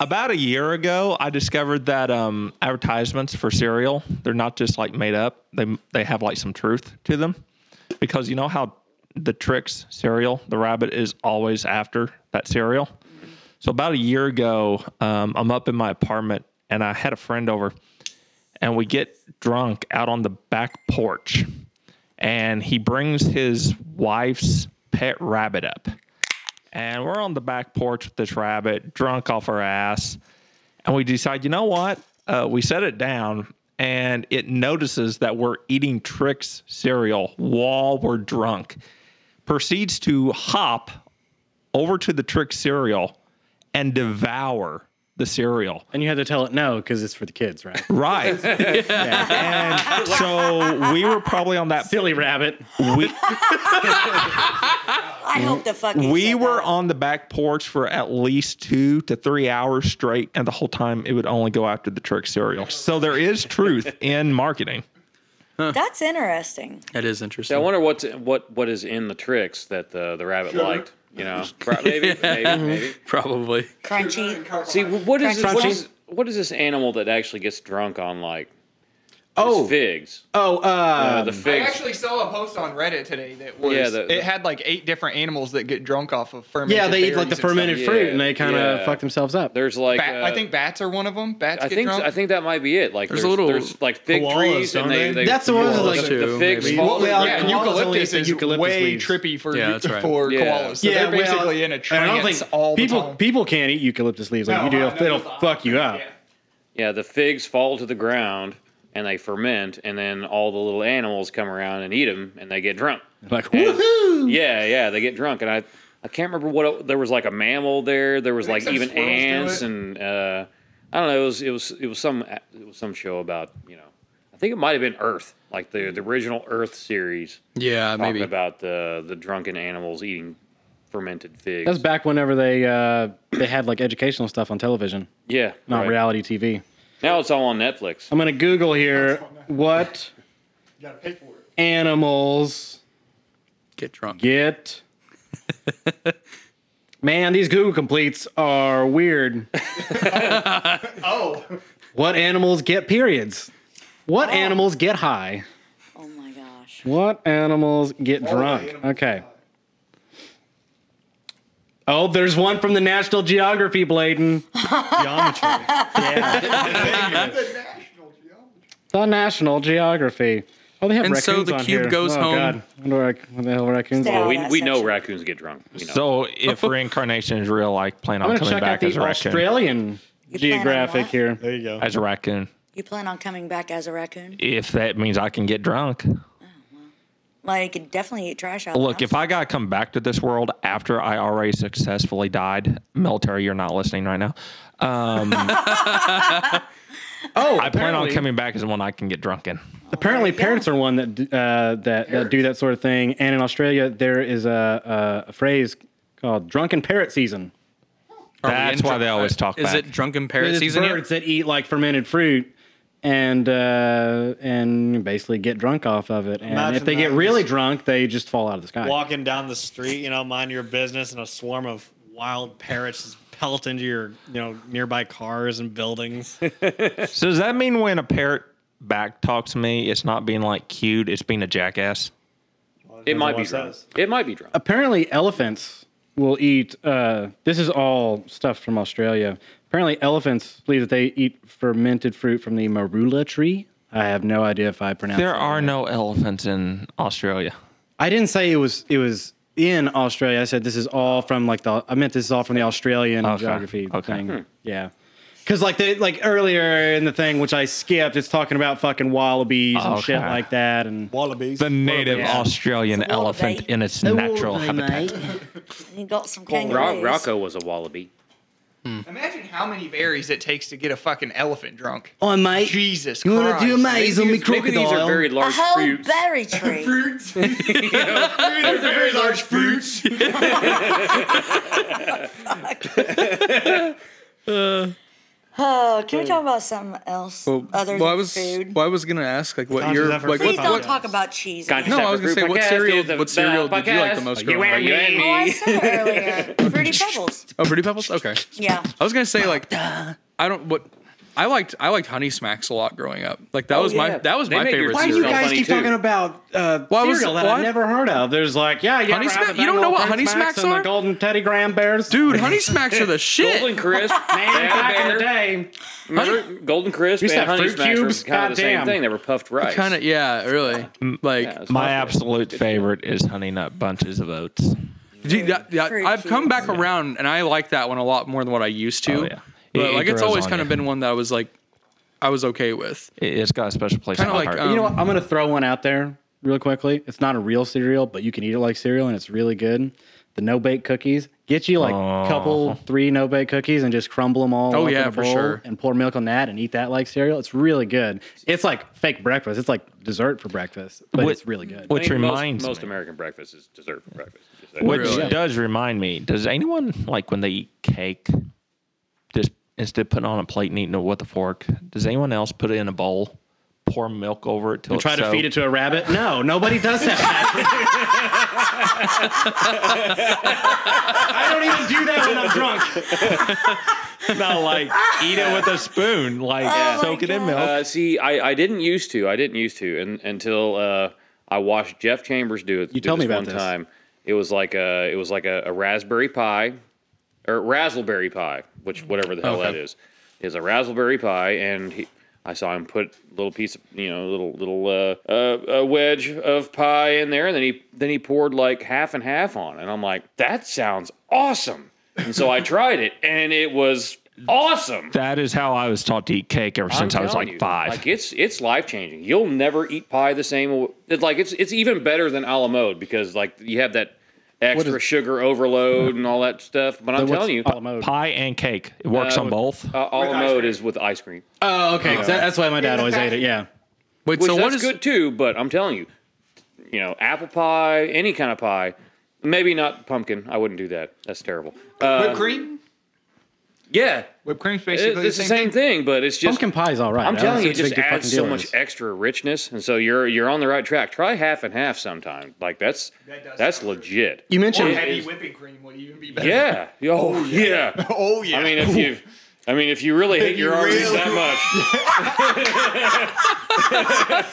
Speaker 8: about a year ago, I discovered that um, advertisements for cereal they're not just like made up; they they have like some truth to them, because you know how the tricks cereal the rabbit is always after that cereal. So about a year ago, um, I'm up in my apartment and I had a friend over, and we get drunk out on the back porch, and he brings his wife's pet rabbit up and we're on the back porch with this rabbit, drunk off our ass, and we decide, you know what? Uh, we set it down, and it notices that we're eating Trix cereal while we're drunk. Proceeds to hop over to the Trix cereal and devour the cereal.
Speaker 1: and you had to tell it no because it's for the kids,
Speaker 2: [laughs]
Speaker 1: right?
Speaker 8: Right. And so we were probably on that.
Speaker 1: Silly rabbit.
Speaker 8: We,
Speaker 5: I hope
Speaker 4: Mm.
Speaker 5: the fucking
Speaker 8: we
Speaker 5: shit
Speaker 8: were
Speaker 5: don't.
Speaker 8: on the back porch for at least two to three hours straight,
Speaker 1: [laughs]
Speaker 8: and the whole time it would only go after the trick cereal. So there is truth in marketing.
Speaker 5: That's interesting.
Speaker 4: That is interesting.
Speaker 2: I wonder what's what what is in the tricks that the the rabbit liked. You know, Pro- maybe,
Speaker 1: [laughs]
Speaker 2: maybe, maybe.
Speaker 4: Probably.
Speaker 5: Crunchy.
Speaker 2: See, wh- what is, this, what
Speaker 1: Mm-hmm. Crunchy.
Speaker 2: is what is this animal that actually gets drunk on like
Speaker 1: Oh,
Speaker 2: figs?
Speaker 1: [laughs] oh,
Speaker 2: Uh,
Speaker 1: uh,
Speaker 2: the
Speaker 7: I
Speaker 2: figs.
Speaker 7: actually saw a post on Reddit today that was
Speaker 2: Yeah, the-
Speaker 7: it had like eight different animals that get drunk off of fermented.
Speaker 1: yeah, they eat like the
Speaker 7: berries and
Speaker 1: fermented
Speaker 2: stuff.
Speaker 1: fruit
Speaker 2: Yeah,
Speaker 1: and they kind of
Speaker 2: yeah.
Speaker 1: fuck themselves up.
Speaker 2: there's like
Speaker 7: stuff. Bat,
Speaker 2: uh,
Speaker 7: I think bats are one of them. Bats
Speaker 2: I
Speaker 7: get
Speaker 2: think
Speaker 7: drunk.
Speaker 2: I think that might be it. Like
Speaker 4: There's
Speaker 2: there's,
Speaker 4: a little
Speaker 2: there's like fig
Speaker 3: koalas,
Speaker 2: trees and
Speaker 3: don't
Speaker 2: they,
Speaker 3: they?
Speaker 2: they
Speaker 1: That's the one that's
Speaker 2: the,
Speaker 1: like
Speaker 2: the figs
Speaker 4: maybe.
Speaker 2: fall.
Speaker 7: well,
Speaker 1: Well,
Speaker 7: yeah,
Speaker 1: koalas only
Speaker 7: eucalyptus
Speaker 1: say
Speaker 7: is
Speaker 1: eucalyptus
Speaker 7: way
Speaker 1: leaves.
Speaker 7: trippy for
Speaker 4: Yeah,
Speaker 7: eu-
Speaker 4: that's right.
Speaker 7: for
Speaker 2: Yeah.
Speaker 7: koalas. So
Speaker 1: well,
Speaker 7: they're basically in
Speaker 1: and
Speaker 7: a
Speaker 1: I
Speaker 7: trance
Speaker 1: don't think
Speaker 7: all the
Speaker 1: people
Speaker 7: time.
Speaker 1: people can't eat eucalyptus leaves like
Speaker 7: No,
Speaker 1: you do.
Speaker 7: I know
Speaker 1: It'll fuck you up.
Speaker 2: Yeah, the figs fall to the ground and they ferment, and then all the little animals come around and eat them, and they get drunk.
Speaker 1: Like
Speaker 2: And-
Speaker 1: woohoo!
Speaker 2: Yeah, yeah, they get drunk, and I, I can't remember what el- there was like a mammal there. There was
Speaker 7: I think
Speaker 2: like even
Speaker 7: some squirrels do
Speaker 2: ants
Speaker 7: it.
Speaker 2: and uh, I don't know. It was it was it was some it was some show about you know I think it might have been Earth, like the the original Earth series,
Speaker 4: Yeah,
Speaker 2: talking
Speaker 4: maybe.
Speaker 2: about the the drunken animals eating fermented figs.
Speaker 1: That was back whenever they uh, they had like educational stuff on television,
Speaker 2: yeah,
Speaker 1: not
Speaker 2: right.
Speaker 1: reality TV.
Speaker 2: Now it's all on Netflix.
Speaker 1: I'm gonna Google here what animals
Speaker 4: Get drunk. [laughs]
Speaker 1: get. Man, these Google completes are [laughs] weird. oh. [laughs] What animals get periods? What animals get high?
Speaker 5: Oh my
Speaker 4: Mm.
Speaker 5: gosh.
Speaker 1: What animals get drunk? okay. Oh, there's one from the National Geography, Bladen.
Speaker 3: Geometry.
Speaker 1: The National Geography. Oh, they have
Speaker 4: And
Speaker 1: raccoons
Speaker 4: so the
Speaker 1: on
Speaker 4: cube
Speaker 1: here.
Speaker 4: goes
Speaker 1: oh,
Speaker 4: home.
Speaker 1: God. I wonder where, rac- what the hell raccoons
Speaker 5: Stay
Speaker 1: are.
Speaker 5: out
Speaker 2: we
Speaker 5: of that
Speaker 2: we know
Speaker 5: section.
Speaker 2: raccoons get drunk. You know.
Speaker 8: So if reincarnation is real, like plan
Speaker 1: I'm
Speaker 8: on
Speaker 1: going to
Speaker 8: coming
Speaker 1: check out
Speaker 8: back
Speaker 1: the
Speaker 8: as a raccoon.
Speaker 1: Australian
Speaker 5: plan on
Speaker 1: Geographic
Speaker 5: what?
Speaker 1: here.
Speaker 3: There you go.
Speaker 8: as a raccoon,
Speaker 5: You plan on coming back as a raccoon?
Speaker 8: if that means I can get drunk.
Speaker 5: Well, you could definitely eat trash out.
Speaker 8: Look, if I gotta come back to this world after I already successfully died, military, you're not listening right now. Um,
Speaker 1: [laughs] Oh,
Speaker 8: I plan on coming back as one I can get drunk in.
Speaker 1: Apparently,
Speaker 5: There you go.
Speaker 1: parents are one that d- uh, that, that do that sort of thing. And in Australia, there is a, a, a phrase called "drunken parrot season."
Speaker 4: Are we
Speaker 8: That's
Speaker 4: in
Speaker 8: why
Speaker 4: drunk-
Speaker 8: they always talk
Speaker 4: Is
Speaker 8: back.
Speaker 4: it drunken parrot
Speaker 1: It's
Speaker 4: season yet?
Speaker 1: birds that eat like fermented fruit and uh, and basically get drunk off of it. And if
Speaker 3: Imagine
Speaker 1: they get
Speaker 3: that.
Speaker 1: really drunk, they just fall out of the sky.
Speaker 3: Walking down the street, you know, mind your business, and a swarm of wild parrots just pelt into your, you know, nearby cars
Speaker 1: [laughs]
Speaker 3: and buildings.
Speaker 8: So does that mean when a parrot back talks to me, it's not being like cute, it's being a jackass?
Speaker 2: It might be
Speaker 3: Watch
Speaker 2: drunk.
Speaker 3: those.
Speaker 2: It might be drunk.
Speaker 1: apparently elephants will eat uh, this is all stuff from australia apparently elephants believe that they eat fermented fruit from the marula tree i have no idea if i pronounced
Speaker 8: There
Speaker 1: that
Speaker 8: are
Speaker 1: right.
Speaker 8: no elephants in Australia.
Speaker 1: i didn't say it was it was in australia i said this is all from like the i meant this is all from the australian
Speaker 8: Okay,
Speaker 1: geography
Speaker 8: okay.
Speaker 1: thing yeah because like they like earlier in the thing which i skipped it's talking about fucking wallabies and shit
Speaker 8: Okay.
Speaker 1: like that and
Speaker 3: Wallabies.
Speaker 8: The native Australian
Speaker 5: It's a wallaby.
Speaker 8: elephant in its natural habitat.
Speaker 5: you got some
Speaker 2: Ro-
Speaker 5: kangaroos.
Speaker 2: Rocco was a wallaby.
Speaker 7: Imagine how many berries it takes to get a fucking elephant drunk.
Speaker 1: oh mate
Speaker 7: Jesus
Speaker 1: You wanna
Speaker 7: Christ!
Speaker 1: do a maze on me
Speaker 2: Maybe these are
Speaker 1: Crocodile.
Speaker 2: very
Speaker 5: A
Speaker 2: large
Speaker 5: whole
Speaker 2: fruits.
Speaker 5: berry tree.
Speaker 7: They're very large fruits.
Speaker 5: [laughs] Oh, can we talk about something else other
Speaker 4: well,
Speaker 5: than
Speaker 4: I was
Speaker 5: Oh, food?
Speaker 4: well, I was gonna ask like what
Speaker 3: Conscious
Speaker 4: your
Speaker 3: effort
Speaker 4: like
Speaker 3: for
Speaker 5: Please
Speaker 4: what,
Speaker 5: don't
Speaker 4: what
Speaker 3: podcast.
Speaker 5: talk about cheese.
Speaker 2: Conscious
Speaker 5: again.
Speaker 4: No, I was gonna
Speaker 2: Fruit
Speaker 4: say, what
Speaker 2: podcast
Speaker 4: cereal-
Speaker 2: is a
Speaker 4: what cereal did you like the
Speaker 2: podcast.
Speaker 4: most
Speaker 2: You
Speaker 4: growing
Speaker 2: and
Speaker 4: up?
Speaker 2: you and
Speaker 5: Oh, I
Speaker 2: me.
Speaker 5: said it earlier. Fruity Pebbles.
Speaker 4: oh pretty pebbles okay.
Speaker 5: Yeah.
Speaker 4: I was gonna say like I don't what I liked I liked Honey Smacks a lot growing up. Like that was my
Speaker 2: yeah.
Speaker 4: that was
Speaker 2: They
Speaker 4: my
Speaker 2: make your
Speaker 4: favorite.
Speaker 1: Why do
Speaker 4: cereal.
Speaker 1: you
Speaker 2: Cereal
Speaker 1: guys
Speaker 2: bunny
Speaker 1: keep
Speaker 2: too.
Speaker 1: talking about uh,
Speaker 4: Well, I was-
Speaker 1: cereal that
Speaker 4: well,
Speaker 1: I've
Speaker 4: I-
Speaker 1: never heard of? There's like, yeah, you, ever
Speaker 4: Honey
Speaker 1: have
Speaker 4: Smack-
Speaker 1: the
Speaker 4: you don't
Speaker 1: Bengal
Speaker 4: know what
Speaker 1: Prince
Speaker 4: Honey
Speaker 1: Smacks
Speaker 4: Smacks
Speaker 1: and the
Speaker 4: are?
Speaker 1: golden teddy graham bears,
Speaker 4: Dude, Honey Smacks are the
Speaker 2: Golden
Speaker 4: shit.
Speaker 2: crisp,
Speaker 1: Man, back in the
Speaker 2: Bear.
Speaker 1: day,
Speaker 2: Remember Golden crisp
Speaker 1: used to
Speaker 2: and
Speaker 1: have
Speaker 2: honey
Speaker 1: fruit
Speaker 2: smacks
Speaker 1: cubes?
Speaker 2: were kind of the same
Speaker 1: Goddamn.
Speaker 2: thing. They were puffed rice.
Speaker 4: Kind of yeah, really. Mm, Like
Speaker 2: Yeah, it's
Speaker 8: My
Speaker 2: awesome.
Speaker 8: absolute favorite is Honey Nut Bunches of Oats.
Speaker 4: Dude, that, that,
Speaker 5: Fruit
Speaker 4: I've come
Speaker 5: cubes.
Speaker 4: back around and I like that one a lot more than what I used to.
Speaker 8: Oh, yeah.
Speaker 4: But
Speaker 8: It-
Speaker 4: like
Speaker 8: it
Speaker 4: it's
Speaker 8: grows
Speaker 4: always
Speaker 8: on
Speaker 4: kind of
Speaker 8: you.
Speaker 4: been one that I was like I was okay with.
Speaker 8: It- It's got a special place
Speaker 4: Kinda
Speaker 8: in my
Speaker 4: like,
Speaker 8: heart.
Speaker 4: um,
Speaker 1: you know what? I'm gonna throw one out there real quickly. It's not a real cereal, but you can eat it like cereal, and it's really good. The no bake cookies. Get you like a couple, three no bake cookies, and just crumble them all.
Speaker 4: Oh,
Speaker 1: up in
Speaker 4: yeah,
Speaker 1: a
Speaker 4: for
Speaker 1: bowl
Speaker 4: sure.
Speaker 1: And pour milk on that, and eat that like cereal. It's really good. It's like fake breakfast. It's like dessert for breakfast, but
Speaker 8: What-
Speaker 1: it's really good.
Speaker 8: Which
Speaker 2: I mean,
Speaker 8: reminds
Speaker 2: most, most
Speaker 8: me.
Speaker 2: American breakfast is dessert for breakfast. Just like-
Speaker 8: Which
Speaker 4: Really?
Speaker 8: does remind me, does anyone like when they eat cake, just instead of putting on a plate and eating it with a fork, does anyone else put it in a bowl, pour milk over it till
Speaker 9: And try
Speaker 8: it's
Speaker 9: to feed it to a rabbit? No, nobody does
Speaker 3: [laughs]
Speaker 8: [laughs]
Speaker 9: that. I don't even do that when I'm drunk.
Speaker 8: Not like eat it with a spoon, like
Speaker 5: Oh my
Speaker 8: soak it in
Speaker 5: God.
Speaker 8: milk.
Speaker 2: Uh, see, I, I didn't used to. I didn't used to and, until uh, I watched Jeff Chambers do it. You
Speaker 1: told me about
Speaker 2: one
Speaker 1: this.
Speaker 2: time. It was like a it was like a, a raspberry pie, or razzleberry pie, which whatever the hell that is, is a razzleberry pie. And he, I saw him put a little piece, of, you know, little little uh, uh, a wedge of pie in there, and then he then he poured like half and half on. it. And I'm like, that sounds awesome. And so I tried it, and it was awesome.
Speaker 8: That is how I was taught to eat cake ever since I was
Speaker 2: telling
Speaker 8: like
Speaker 2: you,
Speaker 8: five.
Speaker 2: Like it's it's life changing. You'll never eat pie the same. w- It's like it's it's even better than a la mode because like you have that extra sugar overload and all that stuff. But I'm
Speaker 1: What's
Speaker 2: telling you,
Speaker 1: a la mode?
Speaker 8: Pie and cake. It works
Speaker 2: Uh,
Speaker 8: on both.
Speaker 2: uh, a la mode is with ice cream,
Speaker 1: Oh, okay. 'cause that- that's why my dad always ate it. Yeah.
Speaker 4: Wait,
Speaker 2: which
Speaker 4: so
Speaker 2: that's
Speaker 4: what is
Speaker 2: good too. But I'm telling you, you know, apple pie, any kind of pie. Maybe not pumpkin. I wouldn't do that. That's terrible. Uh,
Speaker 7: Whipped cream?
Speaker 2: yeah,
Speaker 7: Whipped cream's
Speaker 2: it-
Speaker 7: basically
Speaker 2: it's the same thing, but it's just
Speaker 1: Pumpkin pie's all right.
Speaker 2: I'm
Speaker 1: I don't
Speaker 2: telling
Speaker 1: see
Speaker 2: you, it
Speaker 1: what the
Speaker 2: just
Speaker 1: big
Speaker 2: adds
Speaker 1: fucking
Speaker 2: so
Speaker 1: deal
Speaker 2: much
Speaker 1: is.
Speaker 2: extra richness, and so you're you're on the right track. Try half and half sometime. Like that's that's legit.
Speaker 1: You mentioned
Speaker 7: Heavy whipping cream would even be
Speaker 1: [laughs]
Speaker 7: better.
Speaker 2: Yeah. Oh yeah.
Speaker 7: Oh yeah.
Speaker 2: I mean, if you, I mean, if you really hate
Speaker 7: you
Speaker 2: your arteries
Speaker 7: really-
Speaker 2: that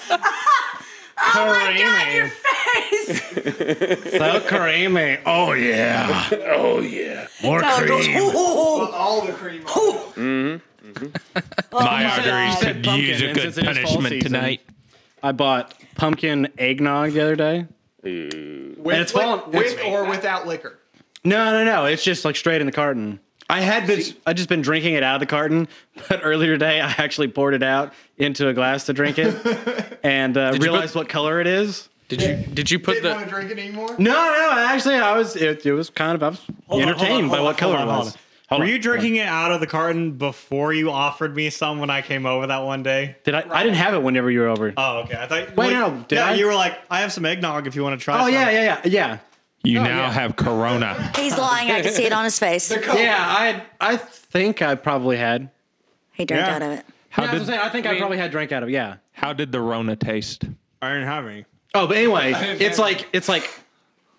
Speaker 7: [laughs]
Speaker 2: much,
Speaker 5: Oh my god, your face!
Speaker 1: so creamy. Oh yeah,
Speaker 2: oh yeah.
Speaker 1: more
Speaker 5: Oh, it goes,
Speaker 1: cream.
Speaker 5: "Ooh, ooh, ooh."
Speaker 7: all the cream.
Speaker 5: Oh my God.
Speaker 1: said pumpkin, and since it is fall season-
Speaker 8: tonight.
Speaker 1: I bought pumpkin eggnog the other day.
Speaker 7: With,
Speaker 1: And it's fallen-
Speaker 7: with
Speaker 1: it's-
Speaker 7: or without liquor.
Speaker 1: No, no, no. It's just like straight in the carton. I had been, I just been drinking it out of the carton, [laughs] but earlier today I actually poured it out into a glass to drink [laughs] it, and uh,
Speaker 4: you put-
Speaker 1: realized what color it is.
Speaker 4: Did you did you put
Speaker 7: Didn't want
Speaker 4: the
Speaker 7: to drink it anymore.
Speaker 1: No, no. Actually, I was. It, it was kind of. I was
Speaker 3: Hold on, hold on,
Speaker 1: entertained by
Speaker 3: hold
Speaker 1: what
Speaker 3: on,
Speaker 1: color
Speaker 3: hold
Speaker 1: it
Speaker 3: on,
Speaker 1: was.
Speaker 3: hold on.
Speaker 1: Hold
Speaker 3: Were
Speaker 1: on.
Speaker 3: you drinking it out of the carton before you offered me some when I came over that one day?
Speaker 1: Did I? Uh, I didn't have it whenever you were over.
Speaker 3: Oh, okay. I thought.
Speaker 1: Wait, no, did
Speaker 3: yeah,
Speaker 1: I?
Speaker 3: you were like, I have some eggnog if you want to try.
Speaker 1: oh
Speaker 3: some."
Speaker 1: yeah, yeah, yeah, yeah.
Speaker 8: You now have Corona.
Speaker 5: He's lying. I can see it on his face.
Speaker 1: Yeah, I I think I probably had.
Speaker 5: He drank
Speaker 3: Yeah.
Speaker 5: out of it.
Speaker 8: How
Speaker 1: Yeah, I, was
Speaker 8: did
Speaker 1: saying, I think I, probably had drank out of it, yeah.
Speaker 8: how did the Rona taste?
Speaker 3: I didn't have any.
Speaker 1: Oh, but anyway, it's like it's like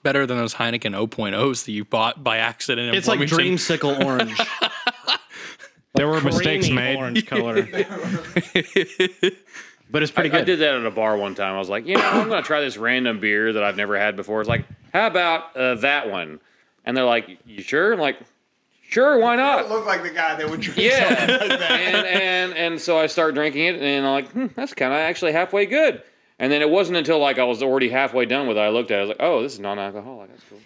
Speaker 4: better than those Heineken 0.0s that you bought by accident? in
Speaker 1: it's like [laughs]
Speaker 4: Bloomington?
Speaker 1: dream sickle orange.
Speaker 8: There were mistakes
Speaker 1: Creamy
Speaker 8: made.
Speaker 1: Orange [laughs] color. but it's pretty
Speaker 2: I
Speaker 1: good.
Speaker 2: did that at a bar one time. I was like, you know, I'm gonna try this random beer that I've never had before. It's like, how about uh, that one? And they're like, you sure? I'm like, sure, why not?
Speaker 7: Look like the guy that would
Speaker 1: [laughs]
Speaker 7: drink.
Speaker 2: Yeah. and, and and so I start drinking it, and I'm like, hmm, that's kind of actually halfway good. And then it wasn't until like I was already halfway done with it, I looked at it, I was like, oh, this is non-alcoholic. That's cool.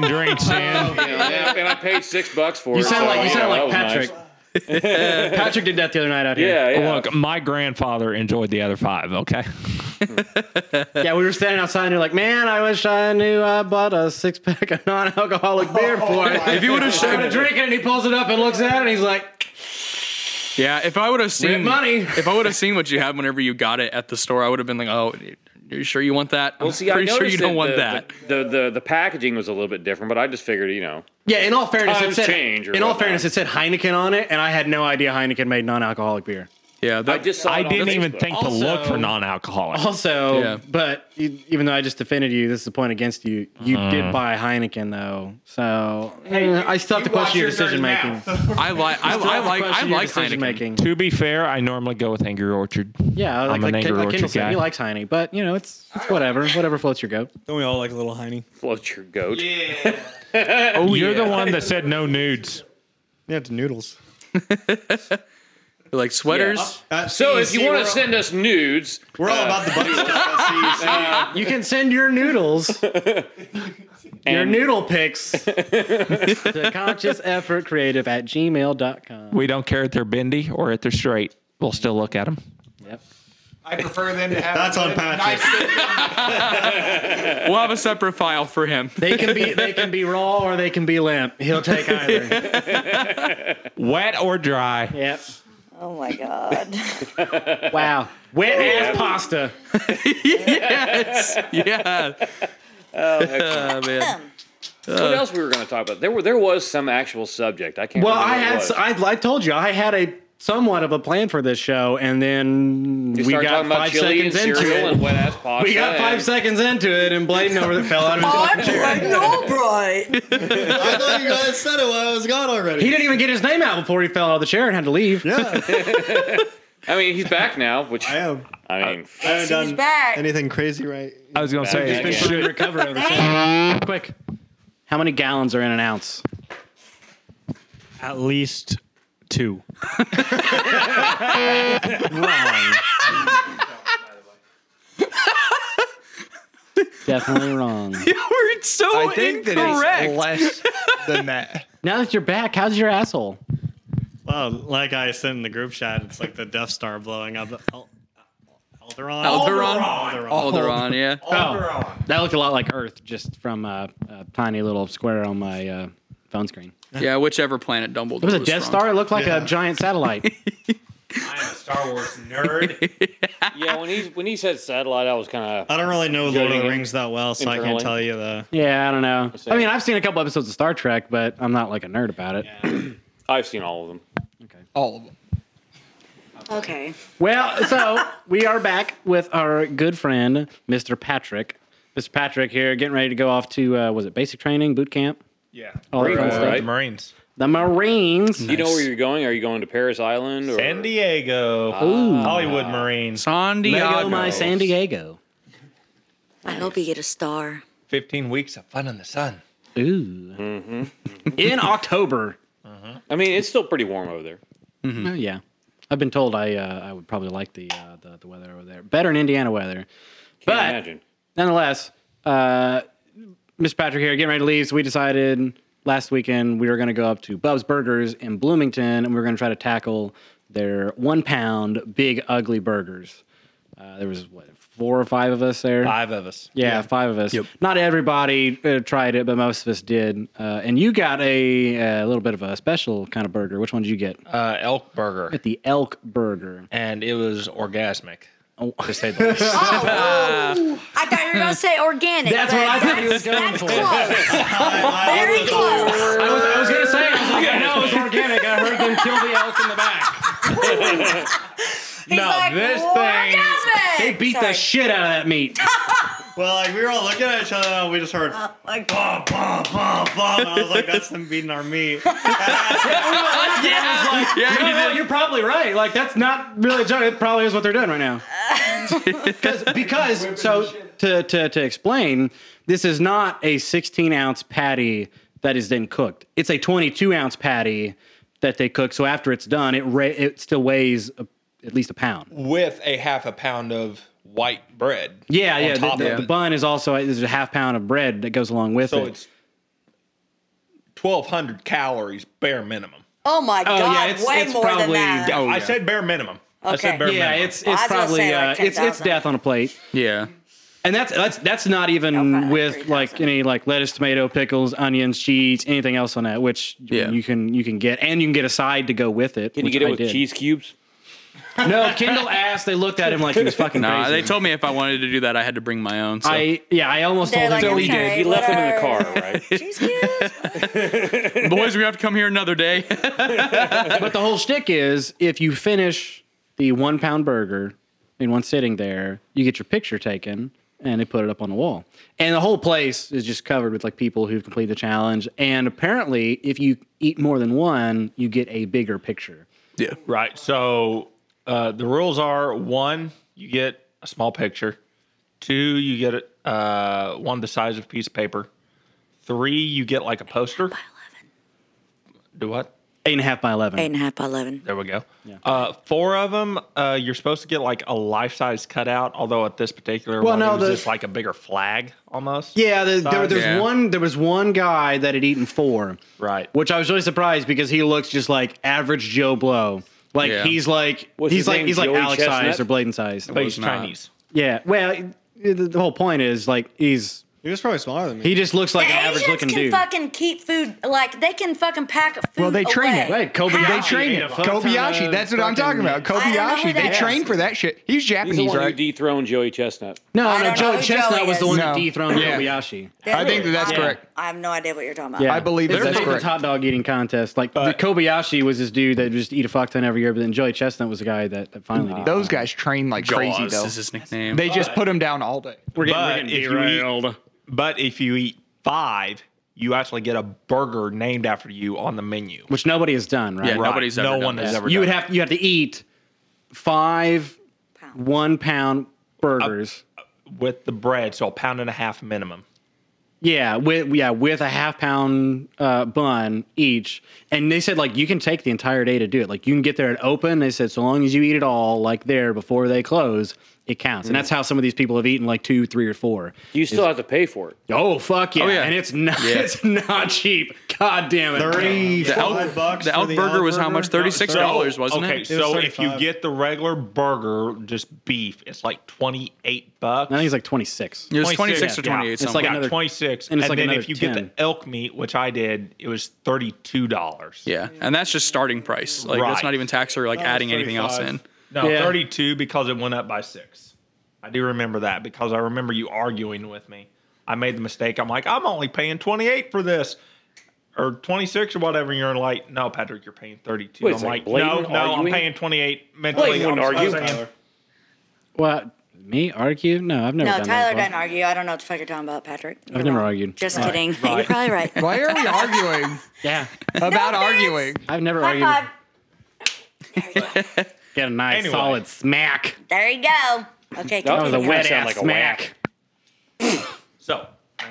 Speaker 2: [laughs]
Speaker 8: drinks in.
Speaker 2: You know, and, I, and I paid six bucks for it.
Speaker 1: you sound
Speaker 2: so,
Speaker 1: like you sound
Speaker 2: know,
Speaker 1: like
Speaker 2: Oh, that was
Speaker 1: Patrick.
Speaker 2: nice.
Speaker 1: [laughs] Patrick did that the other night out here.
Speaker 2: Yeah, yeah.
Speaker 8: Look, my grandfather enjoyed the other five. Okay,
Speaker 1: Yeah, we were standing outside and you're like, man, I wish I knew I bought a six pack of non alcoholic beer
Speaker 2: Oh,
Speaker 1: for it.
Speaker 4: If you would have
Speaker 1: I'm gonna
Speaker 4: shown,
Speaker 1: drink it and he pulls it up and looks at it and he's like,
Speaker 4: yeah, if I would have seen
Speaker 1: Rent money.
Speaker 4: if I would have seen what you had whenever you got it at the store, I would have been like, oh, are you sure you want that? I'm
Speaker 2: Well, see, I
Speaker 4: pretty sure you
Speaker 2: noticed
Speaker 4: don't want
Speaker 2: the,
Speaker 4: that.
Speaker 2: The, the the the packaging was a little bit different, but I just figured, you know,
Speaker 1: Yeah, in all fairness, it
Speaker 2: Times
Speaker 1: said
Speaker 2: change or
Speaker 1: in all
Speaker 2: whatnot.
Speaker 1: fairness it said Heineken on it, and I had no idea Heineken made non-alcoholic beer.
Speaker 4: yeah, that,
Speaker 2: I just saw
Speaker 8: I
Speaker 2: it on
Speaker 8: didn't even
Speaker 2: Facebook.
Speaker 8: think to
Speaker 1: Also-
Speaker 8: look for non-alcoholic.
Speaker 1: Also,
Speaker 4: Yeah.
Speaker 1: but e- even though I just defended you, this is a point against you. You
Speaker 4: Mm-hmm.
Speaker 1: did buy Heineken though, so eh, I still have to question your decision making.
Speaker 4: I like I, I like I like Heineken.
Speaker 8: To be fair, I normally go with Angry Orchard.
Speaker 1: Yeah, like,
Speaker 8: I'm
Speaker 1: like,
Speaker 8: an Angry
Speaker 1: like
Speaker 8: Orchard
Speaker 1: Kendall said,
Speaker 8: guy.
Speaker 1: he likes Heine, but you know it's it's whatever, whatever floats your goat.
Speaker 3: Don't we all like a little heiny?
Speaker 2: float your goat.
Speaker 8: Oh, you're the one that said no nudes.
Speaker 3: Yeah, it's noodles.
Speaker 4: Like sweaters.
Speaker 2: So if you want to send us nudes,
Speaker 3: we're all about the butt stuff. See, see.
Speaker 1: You can send your [laughs] noodles, [laughs] your
Speaker 2: and-
Speaker 1: noodle
Speaker 3: [laughs]
Speaker 1: pics, to conscious effort creative at gmail.com.
Speaker 8: We don't care if they're bendy or if they're straight. We'll still look at them.
Speaker 7: I prefer them to have.
Speaker 3: That's
Speaker 7: a
Speaker 3: on
Speaker 7: good,
Speaker 3: Patrick.
Speaker 4: We'll have a separate file for him.
Speaker 1: They can be they can be raw or they can be limp. He'll take either.
Speaker 8: Wet or dry.
Speaker 1: [laughs] yep.
Speaker 5: Oh my god.
Speaker 1: Wow. Wet ass pasta.
Speaker 4: yes.
Speaker 8: [laughs]
Speaker 4: Yeah. Oh,
Speaker 5: [laughs]
Speaker 4: man. Uh.
Speaker 2: what else we were going to talk about? There were there was some actual subject. I can't.
Speaker 1: Well,
Speaker 2: remember
Speaker 1: I
Speaker 2: what it
Speaker 1: had
Speaker 2: was.
Speaker 1: s- I, I told you I had a somewhat of a plan for this show, and then
Speaker 2: You
Speaker 1: we
Speaker 2: start
Speaker 1: got
Speaker 2: talking about
Speaker 1: five
Speaker 2: chili
Speaker 1: seconds
Speaker 2: and
Speaker 1: into
Speaker 2: cereal
Speaker 1: it.
Speaker 2: and wet ass
Speaker 1: [laughs]
Speaker 2: pasta.
Speaker 1: we got five
Speaker 2: and-
Speaker 1: seconds into it, and Bladen over the fell out of [laughs] his
Speaker 5: I'm Blaine Albright.
Speaker 3: I thought you guys said it while I was gone already.
Speaker 1: He didn't even get his name out before he fell out of the chair and had to leave. [laughs]
Speaker 3: yeah,
Speaker 2: I mean, he's back now, which
Speaker 3: I
Speaker 2: I,
Speaker 3: am.
Speaker 2: mean,
Speaker 3: I haven't
Speaker 5: He's
Speaker 3: done
Speaker 5: back.
Speaker 3: anything crazy right.
Speaker 8: I was gonna say
Speaker 2: He's been
Speaker 8: yeah.
Speaker 2: pretty-
Speaker 1: Should recover ever [laughs] since. Quick. How many gallons are in an ounce?
Speaker 10: At least
Speaker 1: [laughs]
Speaker 10: two.
Speaker 1: [laughs] Wrong. Definitely wrong.
Speaker 8: We're so
Speaker 7: I think that
Speaker 8: incorrect.
Speaker 7: it's less than that.
Speaker 1: Now that you're back, how's your asshole?
Speaker 10: Well, like I said in the group chat, it's like the Death Star blowing up. El- Alderaan.
Speaker 4: Alderaan.
Speaker 10: Alderaan.
Speaker 4: Alderon, yeah.
Speaker 2: [laughs]
Speaker 1: Oh, that looked a lot like Earth, just from a, a tiny little square on my uh, phone screen.
Speaker 4: Yeah, whichever planet Dumbledore
Speaker 1: It was a Death
Speaker 4: from.
Speaker 1: Star. It looked like
Speaker 3: Yeah.
Speaker 1: a giant satellite.
Speaker 6: I am a Star Wars nerd.
Speaker 2: yeah. When he when he said satellite, I was kind of
Speaker 10: I don't really know Lord of
Speaker 2: Judging
Speaker 10: the
Speaker 2: it
Speaker 10: Rings that well, so I
Speaker 2: internally.
Speaker 10: can't tell you
Speaker 5: [laughs]
Speaker 10: the.
Speaker 1: yeah, I don't know.
Speaker 2: see.
Speaker 1: I mean, I've seen a couple episodes of Star Trek, but I'm not like a nerd about it.
Speaker 2: I've seen all of them.
Speaker 7: All of them.
Speaker 5: Okay.
Speaker 1: Well, so we are back with our good friend, Mr. Patrick. Mr. Patrick here, getting ready to go off to uh, was it basic training, boot camp,
Speaker 6: yeah.
Speaker 1: all that fun
Speaker 2: Marines,
Speaker 1: stuff.
Speaker 2: right?
Speaker 6: The Marines.
Speaker 1: The Marines.
Speaker 2: You know where you're going? Are you going to Paris Island or
Speaker 10: San Diego. Hollywood Marines.
Speaker 4: San
Speaker 1: Lego
Speaker 4: Diego.
Speaker 1: my San Diego.
Speaker 5: I hope you get a star.
Speaker 6: 15 weeks of fun in the sun.
Speaker 1: Ooh. In October.
Speaker 2: I mean, it's still pretty warm over there.
Speaker 1: Oh, yeah, I've been told I uh, I would probably like the, uh, the the weather over there better than Indiana weather.
Speaker 2: Can't
Speaker 1: But-
Speaker 2: imagine.
Speaker 1: Nonetheless, uh, Mr. Patrick here, getting ready to leave. So we decided last weekend we were going to go up to Bub's Burgers in Bloomington, and we were going to try to tackle their one pound big ugly burgers. Uh, there was what four or five of us there.
Speaker 6: Five of us.
Speaker 1: Yeah, five of us. Not everybody uh, tried it, but most of us did. Uh, and you got a, uh little bit of a special kind of burger. Which one did you get?
Speaker 6: Uh, elk burger.
Speaker 1: Get the elk burger.
Speaker 6: and it was orgasmic.
Speaker 1: Oh.
Speaker 6: To say the least.
Speaker 5: Oh, ooh. I thought you were gonna say organic.
Speaker 1: That's what
Speaker 5: but
Speaker 1: I thought you
Speaker 5: that's-
Speaker 1: was going
Speaker 5: That's
Speaker 1: for.
Speaker 5: close. Very
Speaker 1: [laughs]
Speaker 5: close.
Speaker 1: I was, I was gonna say, I was like, I know it was organic. I heard them kill the elk in the back.
Speaker 5: He's
Speaker 10: No,
Speaker 5: like,
Speaker 10: this
Speaker 5: "Orgasmic!"
Speaker 1: They beat
Speaker 5: Sorry.
Speaker 1: the shit out of that meat.
Speaker 3: Well, like we were all looking at each other, and we just heard
Speaker 5: Like,
Speaker 3: bomb, bomb, bomb, bomb, and I was like, "That's them beating our meat." [laughs]
Speaker 5: [laughs]
Speaker 4: Yeah, yeah,
Speaker 1: No, no, you're probably right. Like that's not really a joke. It probably is what they're doing right
Speaker 5: [laughs]
Speaker 1: now. Because because so to, to to explain, this is not a 16 ounce patty that is then cooked. It's a 22 ounce patty that they cook. So after it's done, it ra- it still weighs a, at least a pound.
Speaker 6: With a half a pound of white bread.
Speaker 1: Yeah, yeah. The,
Speaker 6: top
Speaker 1: the-
Speaker 6: of
Speaker 1: the
Speaker 6: it.
Speaker 1: bun is also there's a half pound of bread that goes along with
Speaker 6: So
Speaker 1: it.
Speaker 6: it's 1,200 calories, bare minimum.
Speaker 5: oh my god,
Speaker 1: yeah, it's-
Speaker 5: way
Speaker 1: it's
Speaker 5: more
Speaker 1: probably-
Speaker 5: than that.
Speaker 4: Oh,
Speaker 6: I
Speaker 4: yeah.
Speaker 6: said bare minimum. I
Speaker 5: Okay.
Speaker 6: said bare
Speaker 1: yeah,
Speaker 6: minimum.
Speaker 1: it's
Speaker 5: Well,
Speaker 1: it's
Speaker 5: I was gonna
Speaker 1: probably
Speaker 5: say, like,
Speaker 1: uh, it's it's
Speaker 5: 10,000.
Speaker 1: death on a plate.
Speaker 4: yeah.
Speaker 1: And that's that's that's not even
Speaker 5: Okay, like
Speaker 1: with
Speaker 5: 3,000.
Speaker 1: like any like lettuce, tomato, pickles, onions, cheese, anything else on that, which
Speaker 4: Yeah.
Speaker 1: you can you can get, and you can get a side to go with it.
Speaker 2: Can you
Speaker 1: which
Speaker 2: get it
Speaker 1: I
Speaker 2: with
Speaker 1: did.
Speaker 2: cheese cubes?
Speaker 1: No, Kendall asked. They looked at him like he was fucking
Speaker 4: Nah,
Speaker 1: crazy.
Speaker 4: they told me if I wanted to do that, I had to bring my own. So.
Speaker 1: I yeah, I almost
Speaker 5: They're
Speaker 1: told
Speaker 5: like,
Speaker 1: him.
Speaker 5: "I'm
Speaker 1: he
Speaker 5: sorry,
Speaker 2: He left them in the car,
Speaker 5: whatever."
Speaker 2: right?
Speaker 5: [laughs] She's cute.
Speaker 4: Boys, we have to come here another day.
Speaker 1: But the whole shtick is if you finish the one pound burger in one sitting there, you get your picture taken and they put it up on the wall. And the whole place is just covered with like people who've completed the challenge. And apparently, if you eat more than one, you get a bigger picture.
Speaker 6: Right. So uh, the rules are one, you get a small picture. Two, you get uh, one the size of a piece of paper. Three, you get like a poster. Do what?
Speaker 1: Eight and a half by 11.
Speaker 5: Eight and a half by eleven.
Speaker 6: There we go. Uh, four of them, uh, you're supposed to get like a life size cutout. Although at this particular
Speaker 1: Well,
Speaker 6: one,
Speaker 1: no,
Speaker 6: it was
Speaker 1: the-
Speaker 6: just like a bigger flag almost.
Speaker 1: Yeah, the, there, there's
Speaker 4: Yeah.
Speaker 1: one. There was one guy that had eaten four,
Speaker 6: Right.
Speaker 1: which I was really surprised because he looks just like average Joe Blow. Like
Speaker 4: Yeah.
Speaker 1: he's like
Speaker 2: What's
Speaker 1: he's
Speaker 2: his
Speaker 1: like
Speaker 2: name,
Speaker 1: he's like
Speaker 2: Joey
Speaker 1: Alex
Speaker 2: Chestnut?
Speaker 1: size or Bladen size.
Speaker 6: But he's
Speaker 4: not.
Speaker 6: Chinese.
Speaker 1: Yeah. Well, it- it- the whole point is like he's
Speaker 3: He was probably smaller than me.
Speaker 1: he just looks like
Speaker 5: the
Speaker 1: an average
Speaker 5: Asians
Speaker 1: looking
Speaker 5: can
Speaker 1: dude.
Speaker 5: fucking keep food like they can fucking pack food.
Speaker 7: Well, they train
Speaker 5: away.
Speaker 7: it.
Speaker 1: Right, Kobayashi.
Speaker 5: How?
Speaker 7: They train
Speaker 1: ate
Speaker 7: it.
Speaker 1: a fuck ton of
Speaker 7: Kobayashi. That's what I'm talking
Speaker 1: fucking-
Speaker 7: about.
Speaker 5: I don't know who
Speaker 7: Kobayashi. They
Speaker 5: that is.
Speaker 7: train for that shit. He's
Speaker 2: He's the
Speaker 7: Japanese,
Speaker 2: one who
Speaker 7: right?
Speaker 2: dethroned Joey Chestnut.
Speaker 1: No,
Speaker 5: I
Speaker 1: no,
Speaker 5: don't know
Speaker 1: Joey
Speaker 5: who
Speaker 1: Chestnut
Speaker 5: Joey
Speaker 1: was the
Speaker 5: is.
Speaker 1: one
Speaker 7: No.
Speaker 1: that dethroned
Speaker 7: Yeah.
Speaker 1: Kobayashi.
Speaker 5: They're
Speaker 7: I think that
Speaker 5: really-
Speaker 7: that's
Speaker 5: I-
Speaker 7: correct.
Speaker 5: I have no idea what you're talking about.
Speaker 1: Yeah.
Speaker 7: I believe
Speaker 1: it's
Speaker 7: that's
Speaker 1: Nathan's
Speaker 7: correct.
Speaker 1: hot dog eating contest. Like the Kobayashi was this dude that would just eat a fuck ton every year, but then Joey Chestnut was the guy that, that finally did.
Speaker 7: Those guys train like crazy
Speaker 4: Jaws
Speaker 7: though.
Speaker 4: is his nickname.
Speaker 7: They just put them down all day.
Speaker 1: we're
Speaker 6: but if you eat- But if you eat five, you actually get a burger named after you on the menu.
Speaker 1: which nobody has done, right?
Speaker 4: yeah,
Speaker 6: Right.
Speaker 4: nobody's ever
Speaker 6: no
Speaker 4: done
Speaker 6: one
Speaker 4: this.
Speaker 6: has ever.
Speaker 1: You
Speaker 6: done
Speaker 1: would
Speaker 6: it.
Speaker 1: have you have to eat five
Speaker 5: Pound.
Speaker 1: one pound burgers.
Speaker 6: with the bread, so a pound and a half minimum.
Speaker 1: yeah, with yeah with a half pound uh, bun each, and they said like you can take the entire day to do it. Like you can get there at open. They said so long as you eat it all like there before they close, it counts. And that's how some of these people have eaten like two, three, or four.
Speaker 2: You still have to pay for it.
Speaker 1: Oh fuck yeah!
Speaker 4: yeah.
Speaker 1: And it's not [laughs] it's not cheap. God damn it!
Speaker 11: Thirty-five
Speaker 4: Elk-
Speaker 11: bucks.
Speaker 4: the
Speaker 11: for
Speaker 4: Elk Burger was how
Speaker 11: Burger?
Speaker 4: much? $36, wasn't
Speaker 6: okay,
Speaker 4: it?
Speaker 11: It was
Speaker 6: so if you
Speaker 11: 35.
Speaker 6: get the regular burger, just beef, it's like twenty eight bucks.
Speaker 1: I think it's like twenty six.
Speaker 4: It was 26 or
Speaker 6: yeah.
Speaker 4: 28.
Speaker 1: It's
Speaker 4: something.
Speaker 1: like
Speaker 6: yeah,
Speaker 1: another-
Speaker 6: twenty six,
Speaker 1: and
Speaker 6: and,
Speaker 1: it's like
Speaker 6: then
Speaker 1: another
Speaker 6: if you
Speaker 1: 10.
Speaker 6: get the elk meat, which I did, it was thirty two dollars.
Speaker 4: yeah, and that's just starting price. Like that's
Speaker 6: Right.
Speaker 4: not even tax or like adding anything else
Speaker 6: 35.
Speaker 4: in.
Speaker 6: No,
Speaker 1: Yeah.
Speaker 6: 32 because it went up by six. I do remember that because I remember you arguing with me. I made the mistake. I'm like, I'm only paying 28 for this or 26 or whatever. And you're like, no, Patrick, you're paying 32.
Speaker 2: Wait,
Speaker 6: I'm
Speaker 2: it's like
Speaker 6: like, no,
Speaker 2: blatant
Speaker 6: no,
Speaker 2: arguing?
Speaker 6: I'm paying 28 mentally.
Speaker 2: Blatant
Speaker 6: I'm
Speaker 2: argue.
Speaker 6: saying-
Speaker 2: Tyler.
Speaker 1: Well, me argue? No, I've never.
Speaker 5: No,
Speaker 1: done
Speaker 5: Tyler
Speaker 1: that
Speaker 5: doesn't argue. I don't know what the fuck you're talking about, Patrick. You're
Speaker 1: never
Speaker 5: wrong.
Speaker 1: argued.
Speaker 5: Just
Speaker 1: Right.
Speaker 5: kidding. You're probably right. [laughs]
Speaker 7: Why are we arguing
Speaker 1: Yeah,
Speaker 7: about arguing?
Speaker 1: [laughs] I've never
Speaker 5: High
Speaker 1: argued.
Speaker 5: five.
Speaker 1: Get a nice
Speaker 6: Anyway.
Speaker 1: solid smack.
Speaker 5: There you go. Okay,
Speaker 2: That was a
Speaker 5: continue.
Speaker 2: wet
Speaker 1: Sound
Speaker 2: Sound
Speaker 1: like
Speaker 2: like
Speaker 1: a
Speaker 2: a
Speaker 1: smack.
Speaker 6: So,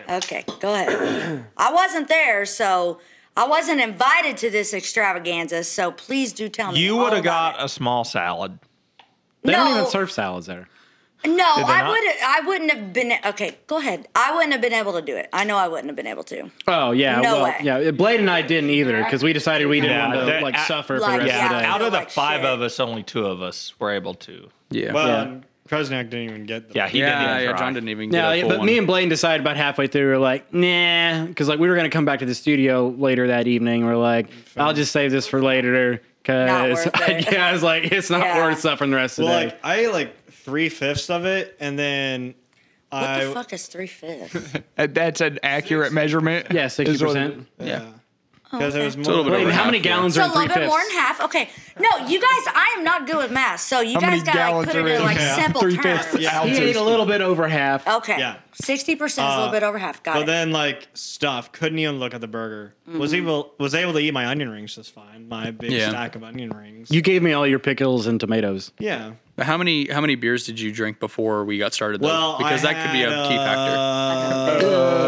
Speaker 5: Okay, go ahead. I wasn't there, so I wasn't invited to this extravaganza. So please do tell me.
Speaker 6: you
Speaker 5: all
Speaker 6: would have
Speaker 5: about
Speaker 6: got a small salad.
Speaker 1: They
Speaker 5: no,
Speaker 1: don't even serve salads there.
Speaker 5: No,
Speaker 6: they
Speaker 5: I
Speaker 6: not?
Speaker 5: would. I wouldn't have been. Okay, go ahead. I wouldn't have been able to do it. I know I wouldn't have been able to.
Speaker 1: Oh yeah,
Speaker 5: No
Speaker 1: well,
Speaker 5: way.
Speaker 1: yeah. Blade and I didn't either because we decided we didn't
Speaker 6: Yeah,
Speaker 1: want to
Speaker 6: that-
Speaker 1: like
Speaker 6: I-
Speaker 1: suffer for
Speaker 5: Like,
Speaker 1: the rest
Speaker 5: yeah.
Speaker 1: of the day.
Speaker 6: Out of the
Speaker 5: Like
Speaker 6: five
Speaker 5: shit.
Speaker 6: of us, only two of us were able to.
Speaker 4: Yeah.
Speaker 3: Well,
Speaker 1: Yeah.
Speaker 3: and Krasniak didn't even get them.
Speaker 6: Yeah, he didn't.
Speaker 4: yeah,
Speaker 6: even
Speaker 4: yeah,
Speaker 6: try.
Speaker 4: John didn't even get
Speaker 1: No,
Speaker 4: a
Speaker 1: yeah,
Speaker 4: full
Speaker 1: but
Speaker 4: one.
Speaker 1: me and Blaine decided about halfway through, we are like, nah, because like we were gonna come back to the studio later that evening. We are like, I'll just save this for later because
Speaker 5: Not worth it.
Speaker 1: yeah, I was [laughs] like, it's not
Speaker 5: Yeah.
Speaker 1: worth suffering the rest of
Speaker 3: Well,
Speaker 1: the day.
Speaker 3: like I ate like three fifths of it, and then
Speaker 5: What
Speaker 3: I
Speaker 5: the fuck is three fifths?
Speaker 7: Uh, That's an accurate measurement.
Speaker 1: yeah,
Speaker 7: is what it-
Speaker 1: sixty percent.
Speaker 3: yeah, because
Speaker 5: Oh,
Speaker 3: it was
Speaker 4: a
Speaker 3: more.
Speaker 4: little bit
Speaker 1: Blaine,
Speaker 4: over
Speaker 1: how
Speaker 4: half,
Speaker 1: many
Speaker 4: yeah.
Speaker 1: gallons
Speaker 5: So
Speaker 1: are
Speaker 5: a
Speaker 1: in three
Speaker 5: little bit more than
Speaker 1: fifths?
Speaker 5: half. Okay. No, you guys, I am not good with math, so you
Speaker 7: How many
Speaker 5: guys gotta like
Speaker 7: gallons
Speaker 5: put
Speaker 7: are
Speaker 5: it in
Speaker 7: in
Speaker 5: like
Speaker 7: a
Speaker 5: simple
Speaker 7: three-fifths
Speaker 5: terms.
Speaker 7: ounce?
Speaker 1: He
Speaker 7: ounces?
Speaker 1: ate a little bit over half.
Speaker 5: Okay.
Speaker 3: Yeah.
Speaker 5: Sixty percent is a little
Speaker 3: Uh,
Speaker 5: bit over half. Got
Speaker 3: But
Speaker 5: it.
Speaker 3: then like stuff couldn't even look at the burger. Was
Speaker 5: Mm-hmm.
Speaker 3: able was able to eat my onion rings just fine. My big
Speaker 4: Yeah.
Speaker 3: stack of onion rings.
Speaker 1: You gave me all your pickles and tomatoes.
Speaker 3: yeah.
Speaker 4: But how many how many beers did you drink before we got started? Though?
Speaker 3: Well,
Speaker 4: because
Speaker 3: I
Speaker 4: that could be a
Speaker 3: had,
Speaker 4: key factor.
Speaker 3: Uh,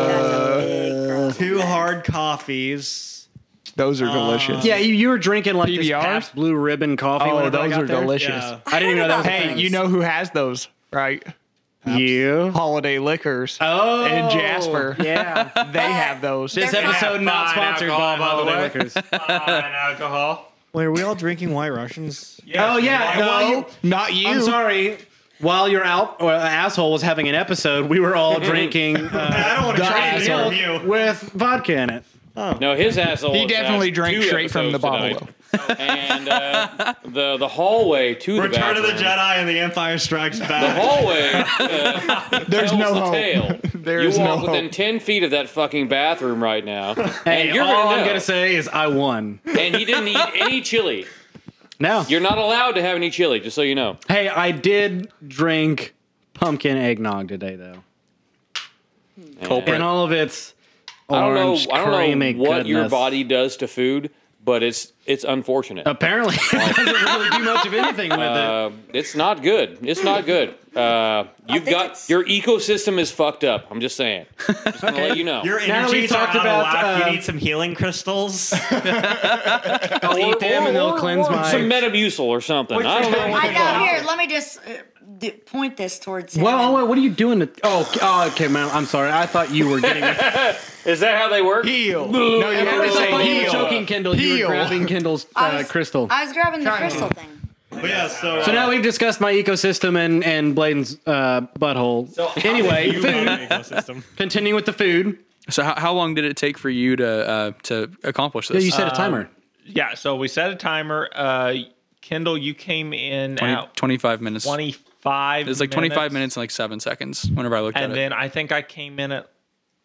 Speaker 5: That's a big problem.
Speaker 3: two hard coffees.
Speaker 7: Those are delicious.
Speaker 1: Yeah, you, you were drinking like this
Speaker 7: PBRs?
Speaker 1: Pabst Blue Ribbon coffee.
Speaker 7: Oh,
Speaker 1: whenever I
Speaker 7: those
Speaker 1: got
Speaker 7: are
Speaker 1: there.
Speaker 7: delicious.
Speaker 3: Yeah.
Speaker 1: I didn't
Speaker 5: heard
Speaker 1: know that
Speaker 5: about
Speaker 1: was a
Speaker 5: that.
Speaker 1: thing.
Speaker 7: Hey, you know who has those, right?
Speaker 1: You.
Speaker 7: Holiday Liquors.
Speaker 1: Oh,
Speaker 7: And Jasper.
Speaker 1: Yeah.
Speaker 7: They have those.
Speaker 1: this
Speaker 5: They're
Speaker 1: episode not sponsored by Holiday Liquors.
Speaker 6: alcohol.
Speaker 3: Wait, are we all drinking White Russians?
Speaker 1: [laughs] oh yeah, while you-
Speaker 7: no, not you.
Speaker 1: I'm sorry. While your al- or asshole was having an episode, we were
Speaker 2: [laughs]
Speaker 1: all drinking
Speaker 3: I
Speaker 1: uh,
Speaker 3: don't want to try
Speaker 1: Diet
Speaker 3: anything
Speaker 1: Coke
Speaker 3: from you.
Speaker 1: with vodka in it.
Speaker 2: No, his asshole.
Speaker 7: He
Speaker 2: has
Speaker 7: definitely
Speaker 2: had
Speaker 7: drank
Speaker 2: two
Speaker 7: straight from the
Speaker 2: episodes
Speaker 7: bottle,
Speaker 2: tonight. and uh, the the hallway to the
Speaker 3: Return of the
Speaker 2: bathroom-
Speaker 3: Jedi and the Empire Strikes
Speaker 2: The
Speaker 3: Back.
Speaker 2: hallway. Uh,
Speaker 7: There's
Speaker 2: tells
Speaker 7: no
Speaker 2: the
Speaker 7: hope.
Speaker 2: tale.
Speaker 7: [laughs] There
Speaker 2: you
Speaker 7: is no
Speaker 2: walk
Speaker 7: hope.
Speaker 2: within ten feet of that fucking bathroom right now,
Speaker 1: Hey,
Speaker 2: and you're
Speaker 1: all
Speaker 2: gonna
Speaker 1: I'm
Speaker 2: know.
Speaker 1: gonna say is I won.
Speaker 2: and
Speaker 1: [laughs]
Speaker 2: he didn't eat any chili.
Speaker 1: No,
Speaker 2: You're not allowed to have any chili, just so you know.
Speaker 1: hey, I did drink pumpkin eggnog today though, in
Speaker 2: And
Speaker 1: all of its
Speaker 2: I don't know.
Speaker 1: orange
Speaker 2: I don't
Speaker 1: creamy
Speaker 2: know what your
Speaker 1: goodness.
Speaker 2: body does to food, but it's it's unfortunate.
Speaker 1: Apparently, [laughs] it doesn't really do much of anything with it.
Speaker 2: Uh, it's not good. It's not good. Uh, you've
Speaker 5: think
Speaker 2: got
Speaker 5: it's-
Speaker 2: your ecosystem is fucked up. I'm just saying. Just gonna let you know.
Speaker 3: Your
Speaker 1: Now that we've
Speaker 3: energies are
Speaker 1: talked
Speaker 3: out of
Speaker 1: about,
Speaker 3: whack.
Speaker 1: uh,
Speaker 3: you need some healing [laughs] crystals.
Speaker 1: I'll eat them and
Speaker 2: [laughs]
Speaker 1: they'll cleanse my.
Speaker 7: [laughs]
Speaker 2: some Metamucil or something. I don't know.
Speaker 5: I know. Here, let me just uh, d- point this towards him.
Speaker 1: Well, what are you doing? To, oh, oh, okay, man. I'm sorry. I thought you were
Speaker 2: [laughs]
Speaker 1: getting. I
Speaker 2: Is that how they work?
Speaker 7: Heal. No, you have to
Speaker 1: thought
Speaker 7: say
Speaker 1: you were
Speaker 7: heal.
Speaker 1: choking Kendall. You
Speaker 7: Heel.
Speaker 1: were grabbing Kendall's
Speaker 5: I
Speaker 1: uh,
Speaker 5: was-
Speaker 1: crystal.
Speaker 5: I was grabbing the crystal thing.
Speaker 3: but yeah, so, uh,
Speaker 1: so now we've discussed my ecosystem and and Bladen's uh, butthole. anyway, [laughs] food.
Speaker 3: ecosystem.
Speaker 1: Continue with the food.
Speaker 4: So how, how long did it take for you to uh, to accomplish
Speaker 1: Yeah,
Speaker 4: this?
Speaker 1: you set a timer.
Speaker 6: Yeah, so we set a timer. Uh, Kendall, you came in
Speaker 4: 20
Speaker 6: at
Speaker 4: 25 minutes.
Speaker 6: 25.
Speaker 4: It was like 25 minutes and like seven seconds. Whenever I looked at
Speaker 6: And
Speaker 4: it,
Speaker 6: then I think I came in at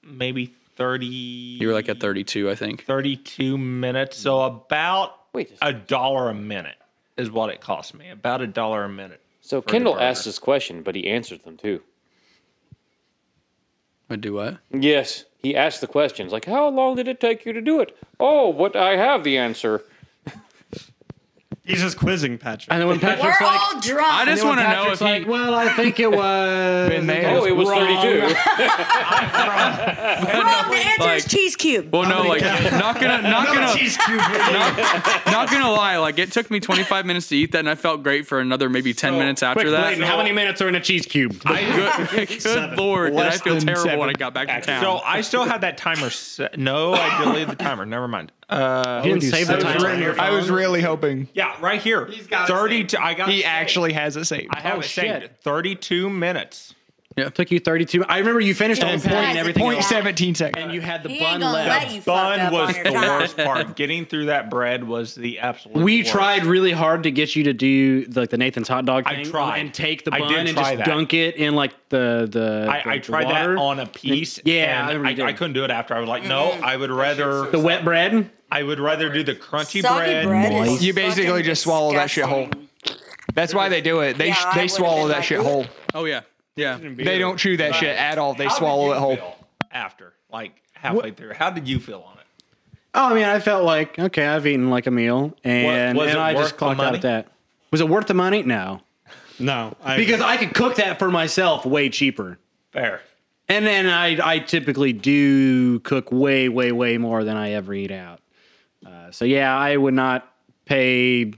Speaker 6: maybe 30.
Speaker 4: You were like at 32, I think.
Speaker 6: 32 minutes. So about
Speaker 2: Wait a
Speaker 6: a dollar a minute is what it cost me. About a dollar a minute.
Speaker 2: So
Speaker 6: for the
Speaker 2: Kendall
Speaker 6: burger.
Speaker 2: asked this question, but he answered them too.
Speaker 4: Would do what?
Speaker 2: Yes, he asked the questions like, "How long did it take you to do it?" Oh, what I have the answer.
Speaker 10: He's just quizzing Patrick.
Speaker 1: And then when
Speaker 5: We're
Speaker 1: Patrick's like,
Speaker 5: all drunk.
Speaker 4: I just want to know if
Speaker 1: Patrick's like,
Speaker 4: he.
Speaker 1: well, I think it was.
Speaker 2: Oh, it was
Speaker 1: wrong.
Speaker 2: thirty-two.
Speaker 5: Wrong, the answer
Speaker 4: like-
Speaker 5: is cheese cube.
Speaker 4: Well,
Speaker 1: [laughs]
Speaker 4: no, like not gonna, not gonna,
Speaker 10: Cheese cube.
Speaker 4: not gonna lie. Like it took me 25 minutes to eat that, and I felt great for another maybe 10 minutes after
Speaker 1: Quick,
Speaker 4: that.
Speaker 1: Blaine, how many minutes are in a cheese cube? [laughs]
Speaker 4: Good, good lord, did I
Speaker 7: Less
Speaker 4: feel
Speaker 7: than
Speaker 4: terrible when
Speaker 7: seven.
Speaker 4: I got back to town?
Speaker 6: So I still had that timer set. No, I deleted the timer. Never mind. Uh,
Speaker 1: You didn't save the
Speaker 7: I was,
Speaker 1: time on
Speaker 7: really,
Speaker 1: your
Speaker 7: I was
Speaker 1: phone?
Speaker 7: really hoping
Speaker 6: yeah, right here. He's got 32. I got it
Speaker 7: he
Speaker 6: saved.
Speaker 7: actually has it saved.
Speaker 6: I have
Speaker 1: Oh,
Speaker 6: it saved.
Speaker 1: shit.
Speaker 6: 32 minutes.
Speaker 1: took you 32. I remember you finished on
Speaker 5: Jesus
Speaker 1: point and everything.
Speaker 5: Christ.
Speaker 7: Point
Speaker 1: else.
Speaker 7: seventeen seconds.
Speaker 1: And you had the
Speaker 5: he
Speaker 1: bun
Speaker 5: ain't gonna
Speaker 1: left.
Speaker 5: let you fuck
Speaker 6: Bun
Speaker 5: up
Speaker 6: was
Speaker 5: on your
Speaker 6: the
Speaker 5: time. [laughs]
Speaker 6: worst part. Getting through that bread was the absolute
Speaker 1: We
Speaker 6: worst.
Speaker 1: tried really hard to get you to do like the Nathan's hot dog
Speaker 6: I
Speaker 1: thing
Speaker 6: tried.
Speaker 1: and take the
Speaker 6: I
Speaker 1: bun
Speaker 6: did
Speaker 1: and
Speaker 6: try
Speaker 1: just
Speaker 6: that.
Speaker 1: dunk it in like the the.
Speaker 6: I,
Speaker 1: the,
Speaker 6: I
Speaker 1: the
Speaker 6: tried
Speaker 1: water.
Speaker 6: that on a piece.
Speaker 1: Yeah, I
Speaker 6: and
Speaker 1: remember you
Speaker 6: I, I
Speaker 1: did.
Speaker 6: couldn't do it after. I was like, no, I would rather
Speaker 1: the wet bread.
Speaker 6: I would rather do the crunchy
Speaker 5: Soggy
Speaker 6: bread.
Speaker 5: bread is
Speaker 7: You basically
Speaker 5: fucking
Speaker 7: just swallow that shit whole.
Speaker 5: disgusting.
Speaker 7: That's why they do it. They
Speaker 5: Yeah,
Speaker 7: sh-
Speaker 5: I
Speaker 7: they
Speaker 5: would've
Speaker 7: swallow
Speaker 5: been
Speaker 7: that
Speaker 5: like,
Speaker 7: shit
Speaker 5: "Ooh."
Speaker 7: whole.
Speaker 4: oh yeah, yeah.
Speaker 7: They don't chew that shit at all. They
Speaker 6: How did
Speaker 7: swallow
Speaker 6: you
Speaker 7: it whole.
Speaker 6: feel after, like halfway through. How did you feel on it?
Speaker 1: Oh, I mean, I felt like okay, I've eaten like a meal, and
Speaker 6: was
Speaker 1: and
Speaker 6: it
Speaker 1: I
Speaker 6: worth
Speaker 1: just
Speaker 6: the
Speaker 1: clocked out
Speaker 6: money?
Speaker 1: at that. Was it worth the money? No,
Speaker 10: No, I
Speaker 1: [laughs] because I could cook that for myself way cheaper.
Speaker 6: Fair.
Speaker 1: And then I I typically do cook way way way more than I ever eat out. Uh, so yeah, I would not pay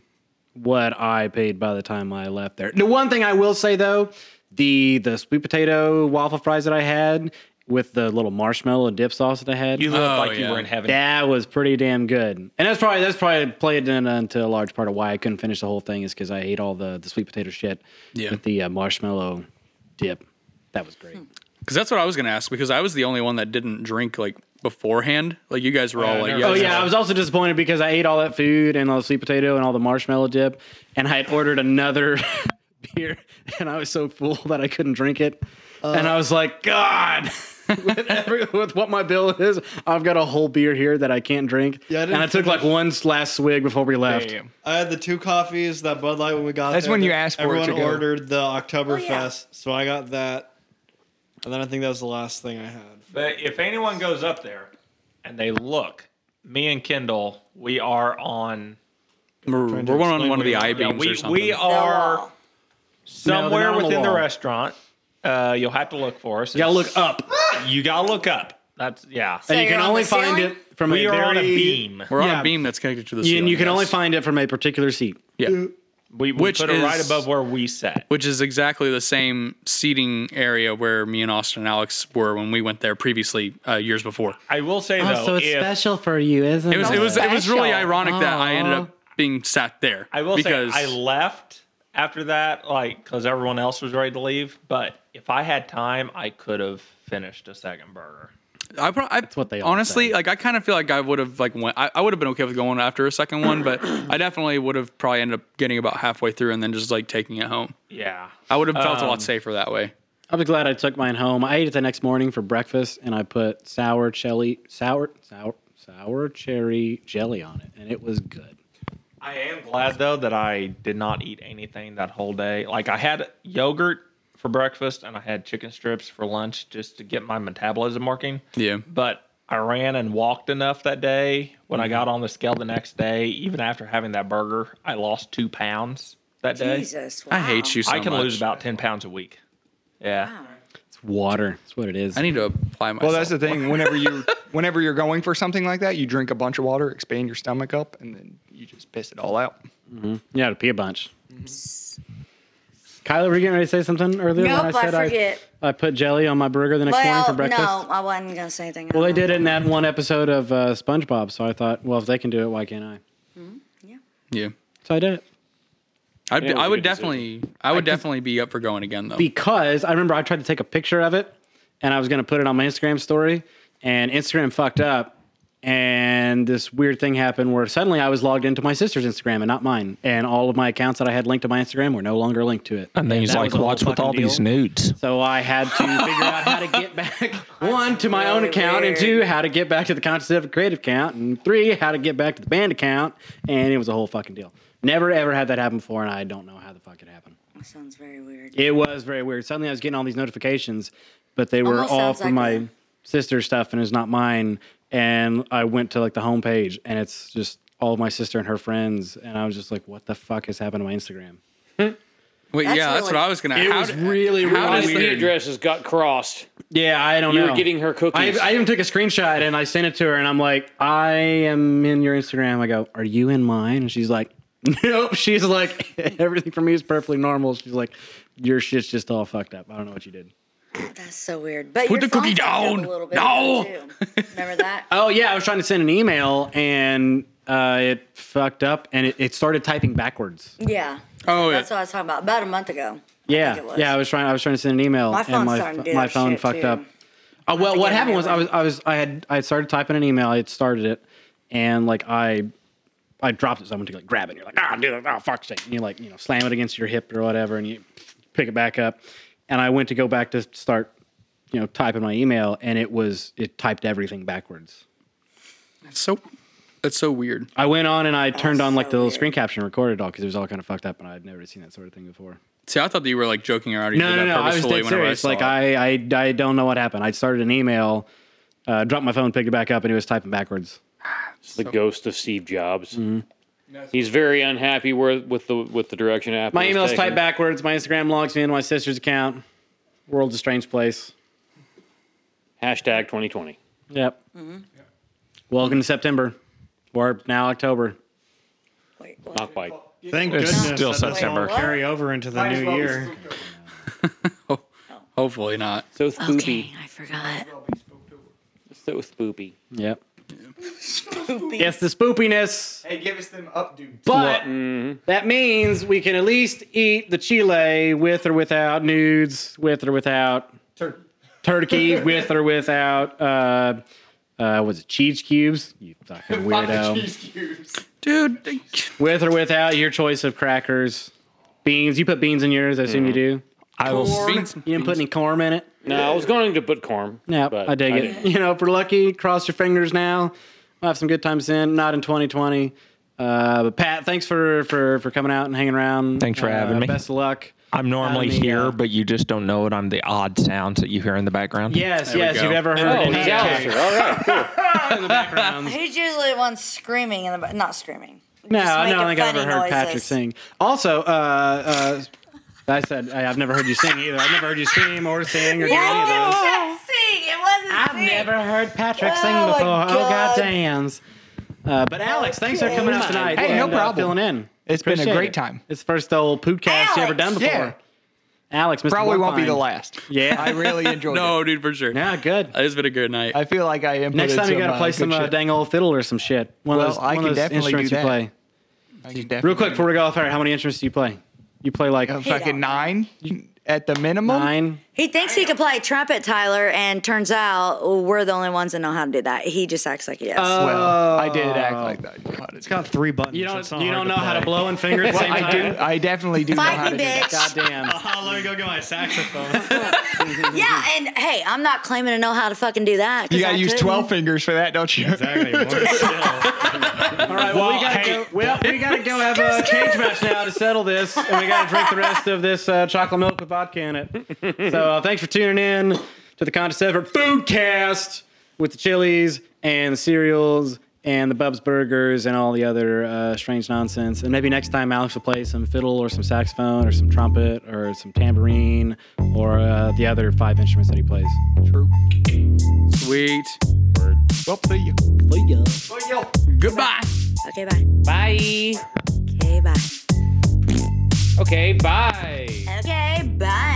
Speaker 1: what I paid by the time I left there. The one thing I will say though, the the sweet potato waffle fries that I had with the little marshmallow dip sauce that I had.
Speaker 6: You looked
Speaker 4: Oh,
Speaker 6: like
Speaker 4: yeah.
Speaker 6: you were in heaven.
Speaker 1: That was pretty damn good, and that's probably that's probably played in, uh, into a large part of why I couldn't finish the whole thing is because I ate all the the sweet potato shit
Speaker 4: Yeah.
Speaker 1: with the uh, marshmallow dip. That was
Speaker 3: Hmm.
Speaker 1: great.
Speaker 4: Because that's what I was gonna ask. Because I was the only one that didn't drink like beforehand. Like you guys were all like,
Speaker 1: Oh
Speaker 4: this
Speaker 1: yeah,
Speaker 4: is-
Speaker 1: I was also disappointed because I ate all that food and all the sweet potato and all the marshmallow dip, and I had ordered another [laughs] beer, and I was so full that I couldn't drink it,
Speaker 3: Uh.
Speaker 1: and I was like, God. [laughs] with, every, with what my bill is, I've got a whole beer here that I can't drink.
Speaker 3: Yeah, I
Speaker 1: and
Speaker 3: didn't
Speaker 1: I took like one last swig before we left.
Speaker 7: Damn.
Speaker 3: I had the two coffees that Bud Light when we got.
Speaker 7: That's
Speaker 3: there,
Speaker 7: when you
Speaker 3: that
Speaker 7: asked for it
Speaker 3: Everyone
Speaker 7: to go.
Speaker 3: ordered the Oktoberfest,
Speaker 5: Oh, yeah.
Speaker 3: so I got that, and then I think that was the last thing I had.
Speaker 6: But if anyone goes up there and they look, me and Kendall, we are on.
Speaker 4: we're, we're one on one of the I beams
Speaker 6: we,
Speaker 4: or something.
Speaker 6: we
Speaker 5: The
Speaker 6: are
Speaker 5: wall.
Speaker 6: somewhere
Speaker 1: on the
Speaker 6: within the,
Speaker 1: wall.
Speaker 6: restaurant. Uh, you'll have to look for us.
Speaker 1: You gotta look up,
Speaker 6: You gotta look up. That's yeah.
Speaker 5: So
Speaker 1: and you
Speaker 5: you're
Speaker 1: can
Speaker 5: on
Speaker 1: only
Speaker 5: the
Speaker 1: find
Speaker 5: ceiling?
Speaker 1: it from
Speaker 6: We
Speaker 1: a
Speaker 6: are on a
Speaker 1: very-
Speaker 6: beam.
Speaker 4: We're on
Speaker 1: Yeah.
Speaker 4: a beam that's connected to the ceiling.
Speaker 1: And you can only
Speaker 4: yes.
Speaker 1: find it from a particular seat.
Speaker 4: yeah,
Speaker 6: We, we
Speaker 4: Which
Speaker 6: put it right
Speaker 4: is-
Speaker 6: above where we sat.
Speaker 4: which is exactly the same seating area where me and Austin and Alex were when we went there previously uh, years before.
Speaker 6: I will say though, if,
Speaker 1: for you, isn't
Speaker 4: It was it was it was really ironic that I ended up being sat there.
Speaker 6: I will
Speaker 4: because
Speaker 6: say I left after that, like because everyone else was ready to leave. But if I had time, I could have finished a second burger.
Speaker 4: I, pro- I
Speaker 1: what they all
Speaker 4: honestly
Speaker 1: say.
Speaker 4: like. I kind of feel like I would have like went. I, I would have been okay with going after a second
Speaker 1: [coughs]
Speaker 4: one, but I definitely would have probably ended up getting about halfway through and then just like taking it home.
Speaker 6: Yeah,
Speaker 4: I would have felt a lot safer that way.
Speaker 1: I was glad I took mine home. I ate it the next morning for breakfast, and I put sour chili, sour, sour, sour cherry jelly on it, and it was good.
Speaker 6: I am glad though that I did not eat anything that whole day. Like I had yogurt for breakfast and I had chicken strips for lunch just to get my metabolism working.
Speaker 4: Yeah.
Speaker 6: But I ran and walked enough that day. When
Speaker 4: Mm-hmm.
Speaker 6: I got on the scale the next day, even after having that burger, I lost two pounds that day.
Speaker 5: Jesus,
Speaker 4: I hate you so
Speaker 6: I can
Speaker 4: much.
Speaker 6: lose about ten pounds a week. Yeah.
Speaker 1: It's water. That's what it is.
Speaker 4: I need to apply myself.
Speaker 7: Well, that's the thing. Whenever [laughs] you whenever you're going for something like that, you drink a bunch of water, expand your stomach up, and then you just piss it all out.
Speaker 1: you had to pee a bunch. Kyler, were you getting ready to say something earlier
Speaker 5: Nope,
Speaker 1: when I
Speaker 5: I
Speaker 1: said I,
Speaker 5: forget.
Speaker 1: I put jelly on my burger the next morning for
Speaker 5: Well,
Speaker 1: breakfast?
Speaker 5: no, I wasn't gonna say anything.
Speaker 1: Well, they did it in that one episode of uh, SpongeBob, so I thought, well, if they can do it, why can't I?
Speaker 4: yeah.
Speaker 1: So I did it.
Speaker 4: I'd,
Speaker 2: Yeah, it was
Speaker 4: I
Speaker 2: a
Speaker 4: would
Speaker 2: good decision.
Speaker 4: definitely, I would definitely be up for going again though.
Speaker 1: because I remember I tried to take a picture of it and I was going to put it on my Instagram story and Instagram fucked up and this weird thing happened where suddenly I was logged into my sister's Instagram and not mine, and all of my accounts that I had linked to my Instagram were no longer linked to it.
Speaker 8: And then he's
Speaker 10: that
Speaker 8: like,
Speaker 10: was a whole
Speaker 8: "What's with
Speaker 10: fucking
Speaker 8: all these
Speaker 10: deal.
Speaker 8: nudes?"
Speaker 1: So I had to figure out how to get [laughs] back one to my own
Speaker 5: really
Speaker 1: account, and
Speaker 5: weird.
Speaker 1: two how to get back to the conscious effort creative account, and three how to get back to the band account, and it was a whole fucking deal. Never ever had that happen before, and I don't know how the fuck it happened.
Speaker 5: That sounds very weird.
Speaker 1: It was very weird. Suddenly I was getting all these notifications, but they were
Speaker 5: Almost
Speaker 1: all
Speaker 5: sounds
Speaker 1: from
Speaker 5: like
Speaker 1: my
Speaker 5: a-
Speaker 1: sister's stuff and it's not mine. And I went to like the homepage and it's just all of my sister and her friends. And I was just like, what the fuck has happened to my Instagram?
Speaker 4: Wait,
Speaker 5: That's
Speaker 4: yeah, that's
Speaker 5: really-
Speaker 4: what I was gonna.
Speaker 1: It
Speaker 4: how
Speaker 1: was
Speaker 4: did-
Speaker 1: really,
Speaker 4: how
Speaker 1: really
Speaker 4: does
Speaker 2: Honestly, the
Speaker 4: weird.
Speaker 2: addresses got crossed.
Speaker 1: Yeah, I don't
Speaker 2: You
Speaker 1: know.
Speaker 2: were getting her cookies.
Speaker 1: I, I even took a screenshot and I sent it to her and I'm like, I am in your Instagram. I go, Are you in mine? And she's like, [laughs] Nope. She's like, [laughs] Everything for me is perfectly normal. She's like, Your shit's just all fucked up. I don't know what you did.
Speaker 5: That's so weird. But
Speaker 4: Put the
Speaker 5: your
Speaker 4: cookie
Speaker 5: phone's fucked up
Speaker 4: down.
Speaker 5: A little bit
Speaker 4: No.
Speaker 5: too. Remember that?
Speaker 1: [laughs] Oh yeah, I was trying to send an email and uh, it fucked up and it, it started typing backwards.
Speaker 5: Yeah.
Speaker 4: Oh, yeah.
Speaker 5: That's what I was talking about. About a month ago. I
Speaker 1: Yeah,
Speaker 5: think it was.
Speaker 1: yeah. I was trying. I was trying to send an email
Speaker 5: My
Speaker 1: and
Speaker 5: phone's
Speaker 1: my
Speaker 5: starting to
Speaker 1: ph-
Speaker 5: do
Speaker 1: my
Speaker 5: that
Speaker 1: phone
Speaker 5: shit,
Speaker 1: fuck
Speaker 5: too.
Speaker 1: up. Oh well, what
Speaker 5: get a
Speaker 1: happened
Speaker 5: new
Speaker 1: was I
Speaker 5: one.
Speaker 1: was I was I had I had started typing an email. I had started it and like I I dropped it. Someone to like grab it. And you're like ah dude oh fuck's sake. And you like you know slam it against your hip or whatever and you pick it back up. And I went to go back to start you know typing my email and it was it typed everything backwards.
Speaker 4: So that's so weird.
Speaker 1: I went on and I turned on like
Speaker 5: so
Speaker 1: the little
Speaker 5: weird.
Speaker 1: screen caption and recorded it all because it was all kind of fucked up and I'd never seen that sort of thing before.
Speaker 4: See, I thought that you were like joking around. or You
Speaker 1: No,
Speaker 4: did
Speaker 1: no,
Speaker 4: that
Speaker 1: no. I was
Speaker 4: purposefully
Speaker 1: dead
Speaker 4: whenever
Speaker 1: serious.
Speaker 4: I saw
Speaker 1: like
Speaker 4: it.
Speaker 1: I, I, I don't know what happened. I started an email, uh, dropped my phone, picked it back up, and it was typing backwards.
Speaker 2: the ghost of Steve Jobs. Mm-hmm. He's very unhappy where, with the with the direction Apple.
Speaker 1: My
Speaker 2: is
Speaker 1: email's
Speaker 2: taking.
Speaker 1: typed backwards. My Instagram logs me into my sister's account. World's a strange place.
Speaker 2: Hashtag 2020.
Speaker 1: Yep.
Speaker 5: Mm-hmm.
Speaker 1: Welcome to September, or now October.
Speaker 5: Wait, what?
Speaker 2: Not quite.
Speaker 10: Thank
Speaker 8: It's
Speaker 10: goodness
Speaker 8: still
Speaker 10: that doesn't all
Speaker 5: September.
Speaker 10: carry over into the new year.
Speaker 4: Hopefully not.
Speaker 2: So spoopy.
Speaker 5: Okay, I forgot.
Speaker 2: So spoopy.
Speaker 4: [laughs]
Speaker 1: Yep. It's the spoopiness,
Speaker 7: Hey, give us them updo.
Speaker 1: but that means we can at least eat the chile with or without nudes, with or without turkey with or without uh uh was it cheese cubes you fucking weirdo
Speaker 4: Dude, they-
Speaker 1: with or without your choice of crackers beans you put beans in yours i assume you do
Speaker 8: I will.
Speaker 4: Mm-hmm. beans-
Speaker 1: you didn't put any corn in it
Speaker 2: No, I was going to put corn.
Speaker 1: no
Speaker 2: but
Speaker 1: i dig it
Speaker 2: didn't.
Speaker 1: you know if we're lucky cross your fingers now we'll have some good times in not in 2020 uh but pat thanks for for for coming out and hanging around
Speaker 8: Thanks for
Speaker 1: Uh,
Speaker 8: having me.
Speaker 1: best of luck
Speaker 8: I'm normally
Speaker 1: out in the,
Speaker 8: here,
Speaker 1: uh,
Speaker 8: but you just don't know it. I'm the odd sounds that you hear in the background.
Speaker 1: yes
Speaker 4: we
Speaker 1: yes
Speaker 4: go.
Speaker 1: you've ever heard
Speaker 2: Oh,
Speaker 1: any
Speaker 2: he's out
Speaker 1: case
Speaker 2: there. All right.
Speaker 1: in the background
Speaker 5: He's usually the one screaming in the ba- not screaming.
Speaker 1: Um, No,
Speaker 5: Just
Speaker 1: I don't
Speaker 5: making
Speaker 1: think I've ever
Speaker 5: funny
Speaker 1: heard Patrick
Speaker 5: noises.
Speaker 1: sing. Also, uh, uh, I said I- I've never heard you sing either. I've never heard you scream or sing or do any of
Speaker 5: Yeah,
Speaker 1: those.
Speaker 5: it was sing. It wasn't
Speaker 1: I've
Speaker 5: sing.
Speaker 1: never heard Patrick
Speaker 5: Oh
Speaker 1: sing
Speaker 5: my
Speaker 1: before. Oh
Speaker 5: God.
Speaker 1: God damns. Uh, but Alex, thanks for coming out tonight.
Speaker 7: Hey, no
Speaker 1: and, uh,
Speaker 7: problem.
Speaker 1: filling in.
Speaker 7: It's been a
Speaker 1: Appreciate
Speaker 7: great
Speaker 1: it.
Speaker 7: time.
Speaker 1: It's the first old podcast you ever
Speaker 5: Alex!
Speaker 1: done before.
Speaker 7: Yeah.
Speaker 1: Alex, Mr.
Speaker 7: Probably won't be
Speaker 1: Blumfine.
Speaker 7: the last.
Speaker 1: Yeah.
Speaker 7: I [laughs] really enjoyed it.
Speaker 4: no, dude, for sure.
Speaker 1: Yeah, good.
Speaker 4: It's been a good night.
Speaker 7: I feel like I inputted
Speaker 1: Next time you
Speaker 7: some,
Speaker 1: gotta
Speaker 7: uh,
Speaker 1: play
Speaker 7: good
Speaker 1: some uh,
Speaker 7: shit.
Speaker 1: dang old fiddle or some shit. One
Speaker 7: Well,
Speaker 1: of those,
Speaker 7: I
Speaker 1: one
Speaker 7: can
Speaker 1: of those
Speaker 7: definitely do
Speaker 1: instruments
Speaker 7: that.
Speaker 1: you play.
Speaker 7: I can
Speaker 1: Real
Speaker 7: definitely
Speaker 1: quick before we go off air, how many instruments do you play? You play like
Speaker 7: Uh, fucking nine at the minimum.
Speaker 1: nine.
Speaker 5: He thinks he could play trumpet, Tyler, and turns out we're the only ones that know how to do that. He just acts like he does.
Speaker 1: Uh, Oh.
Speaker 7: Well, I did act like that. I knew how to do
Speaker 10: Got three buttons.
Speaker 1: You don't,
Speaker 10: it's not
Speaker 1: you
Speaker 10: hard
Speaker 1: don't
Speaker 10: to
Speaker 1: know how to
Speaker 10: play.
Speaker 1: blow and finger at the
Speaker 7: it.
Speaker 1: same
Speaker 7: I
Speaker 1: time?
Speaker 7: do. I definitely do know how
Speaker 5: Fight
Speaker 7: to
Speaker 5: me,
Speaker 7: do that.
Speaker 5: bitch.
Speaker 1: Goddamn.
Speaker 10: Oh, let me go get my saxophone.
Speaker 1: [laughs]
Speaker 5: Yeah, and hey, I'm not claiming to know how to fucking do that. 'cause
Speaker 7: Mm-hmm. You gotta
Speaker 5: I
Speaker 7: use
Speaker 5: couldn't.
Speaker 7: twelve fingers for that, don't you?
Speaker 10: [laughs] exactly. More chill.
Speaker 1: All right, well, we gotta go. Well, we gotta go have a cage match now to settle this, and we gotta drink the rest of this uh, chocolate milk with vodka in it. So, uh, thanks for tuning in to the Contest Effort Foodcast with the chilies and the cereals and the Bub's Burgers and all the other uh, strange nonsense. And maybe next time Alex will play some fiddle or some saxophone or some trumpet or some tambourine or uh, the other five instruments that he plays.
Speaker 7: True.
Speaker 4: Sweet.
Speaker 7: Well, see you.
Speaker 4: Goodbye.
Speaker 5: Okay, bye.
Speaker 2: Bye.
Speaker 5: Okay, bye.
Speaker 2: Okay. Bye.
Speaker 5: Okay, bye.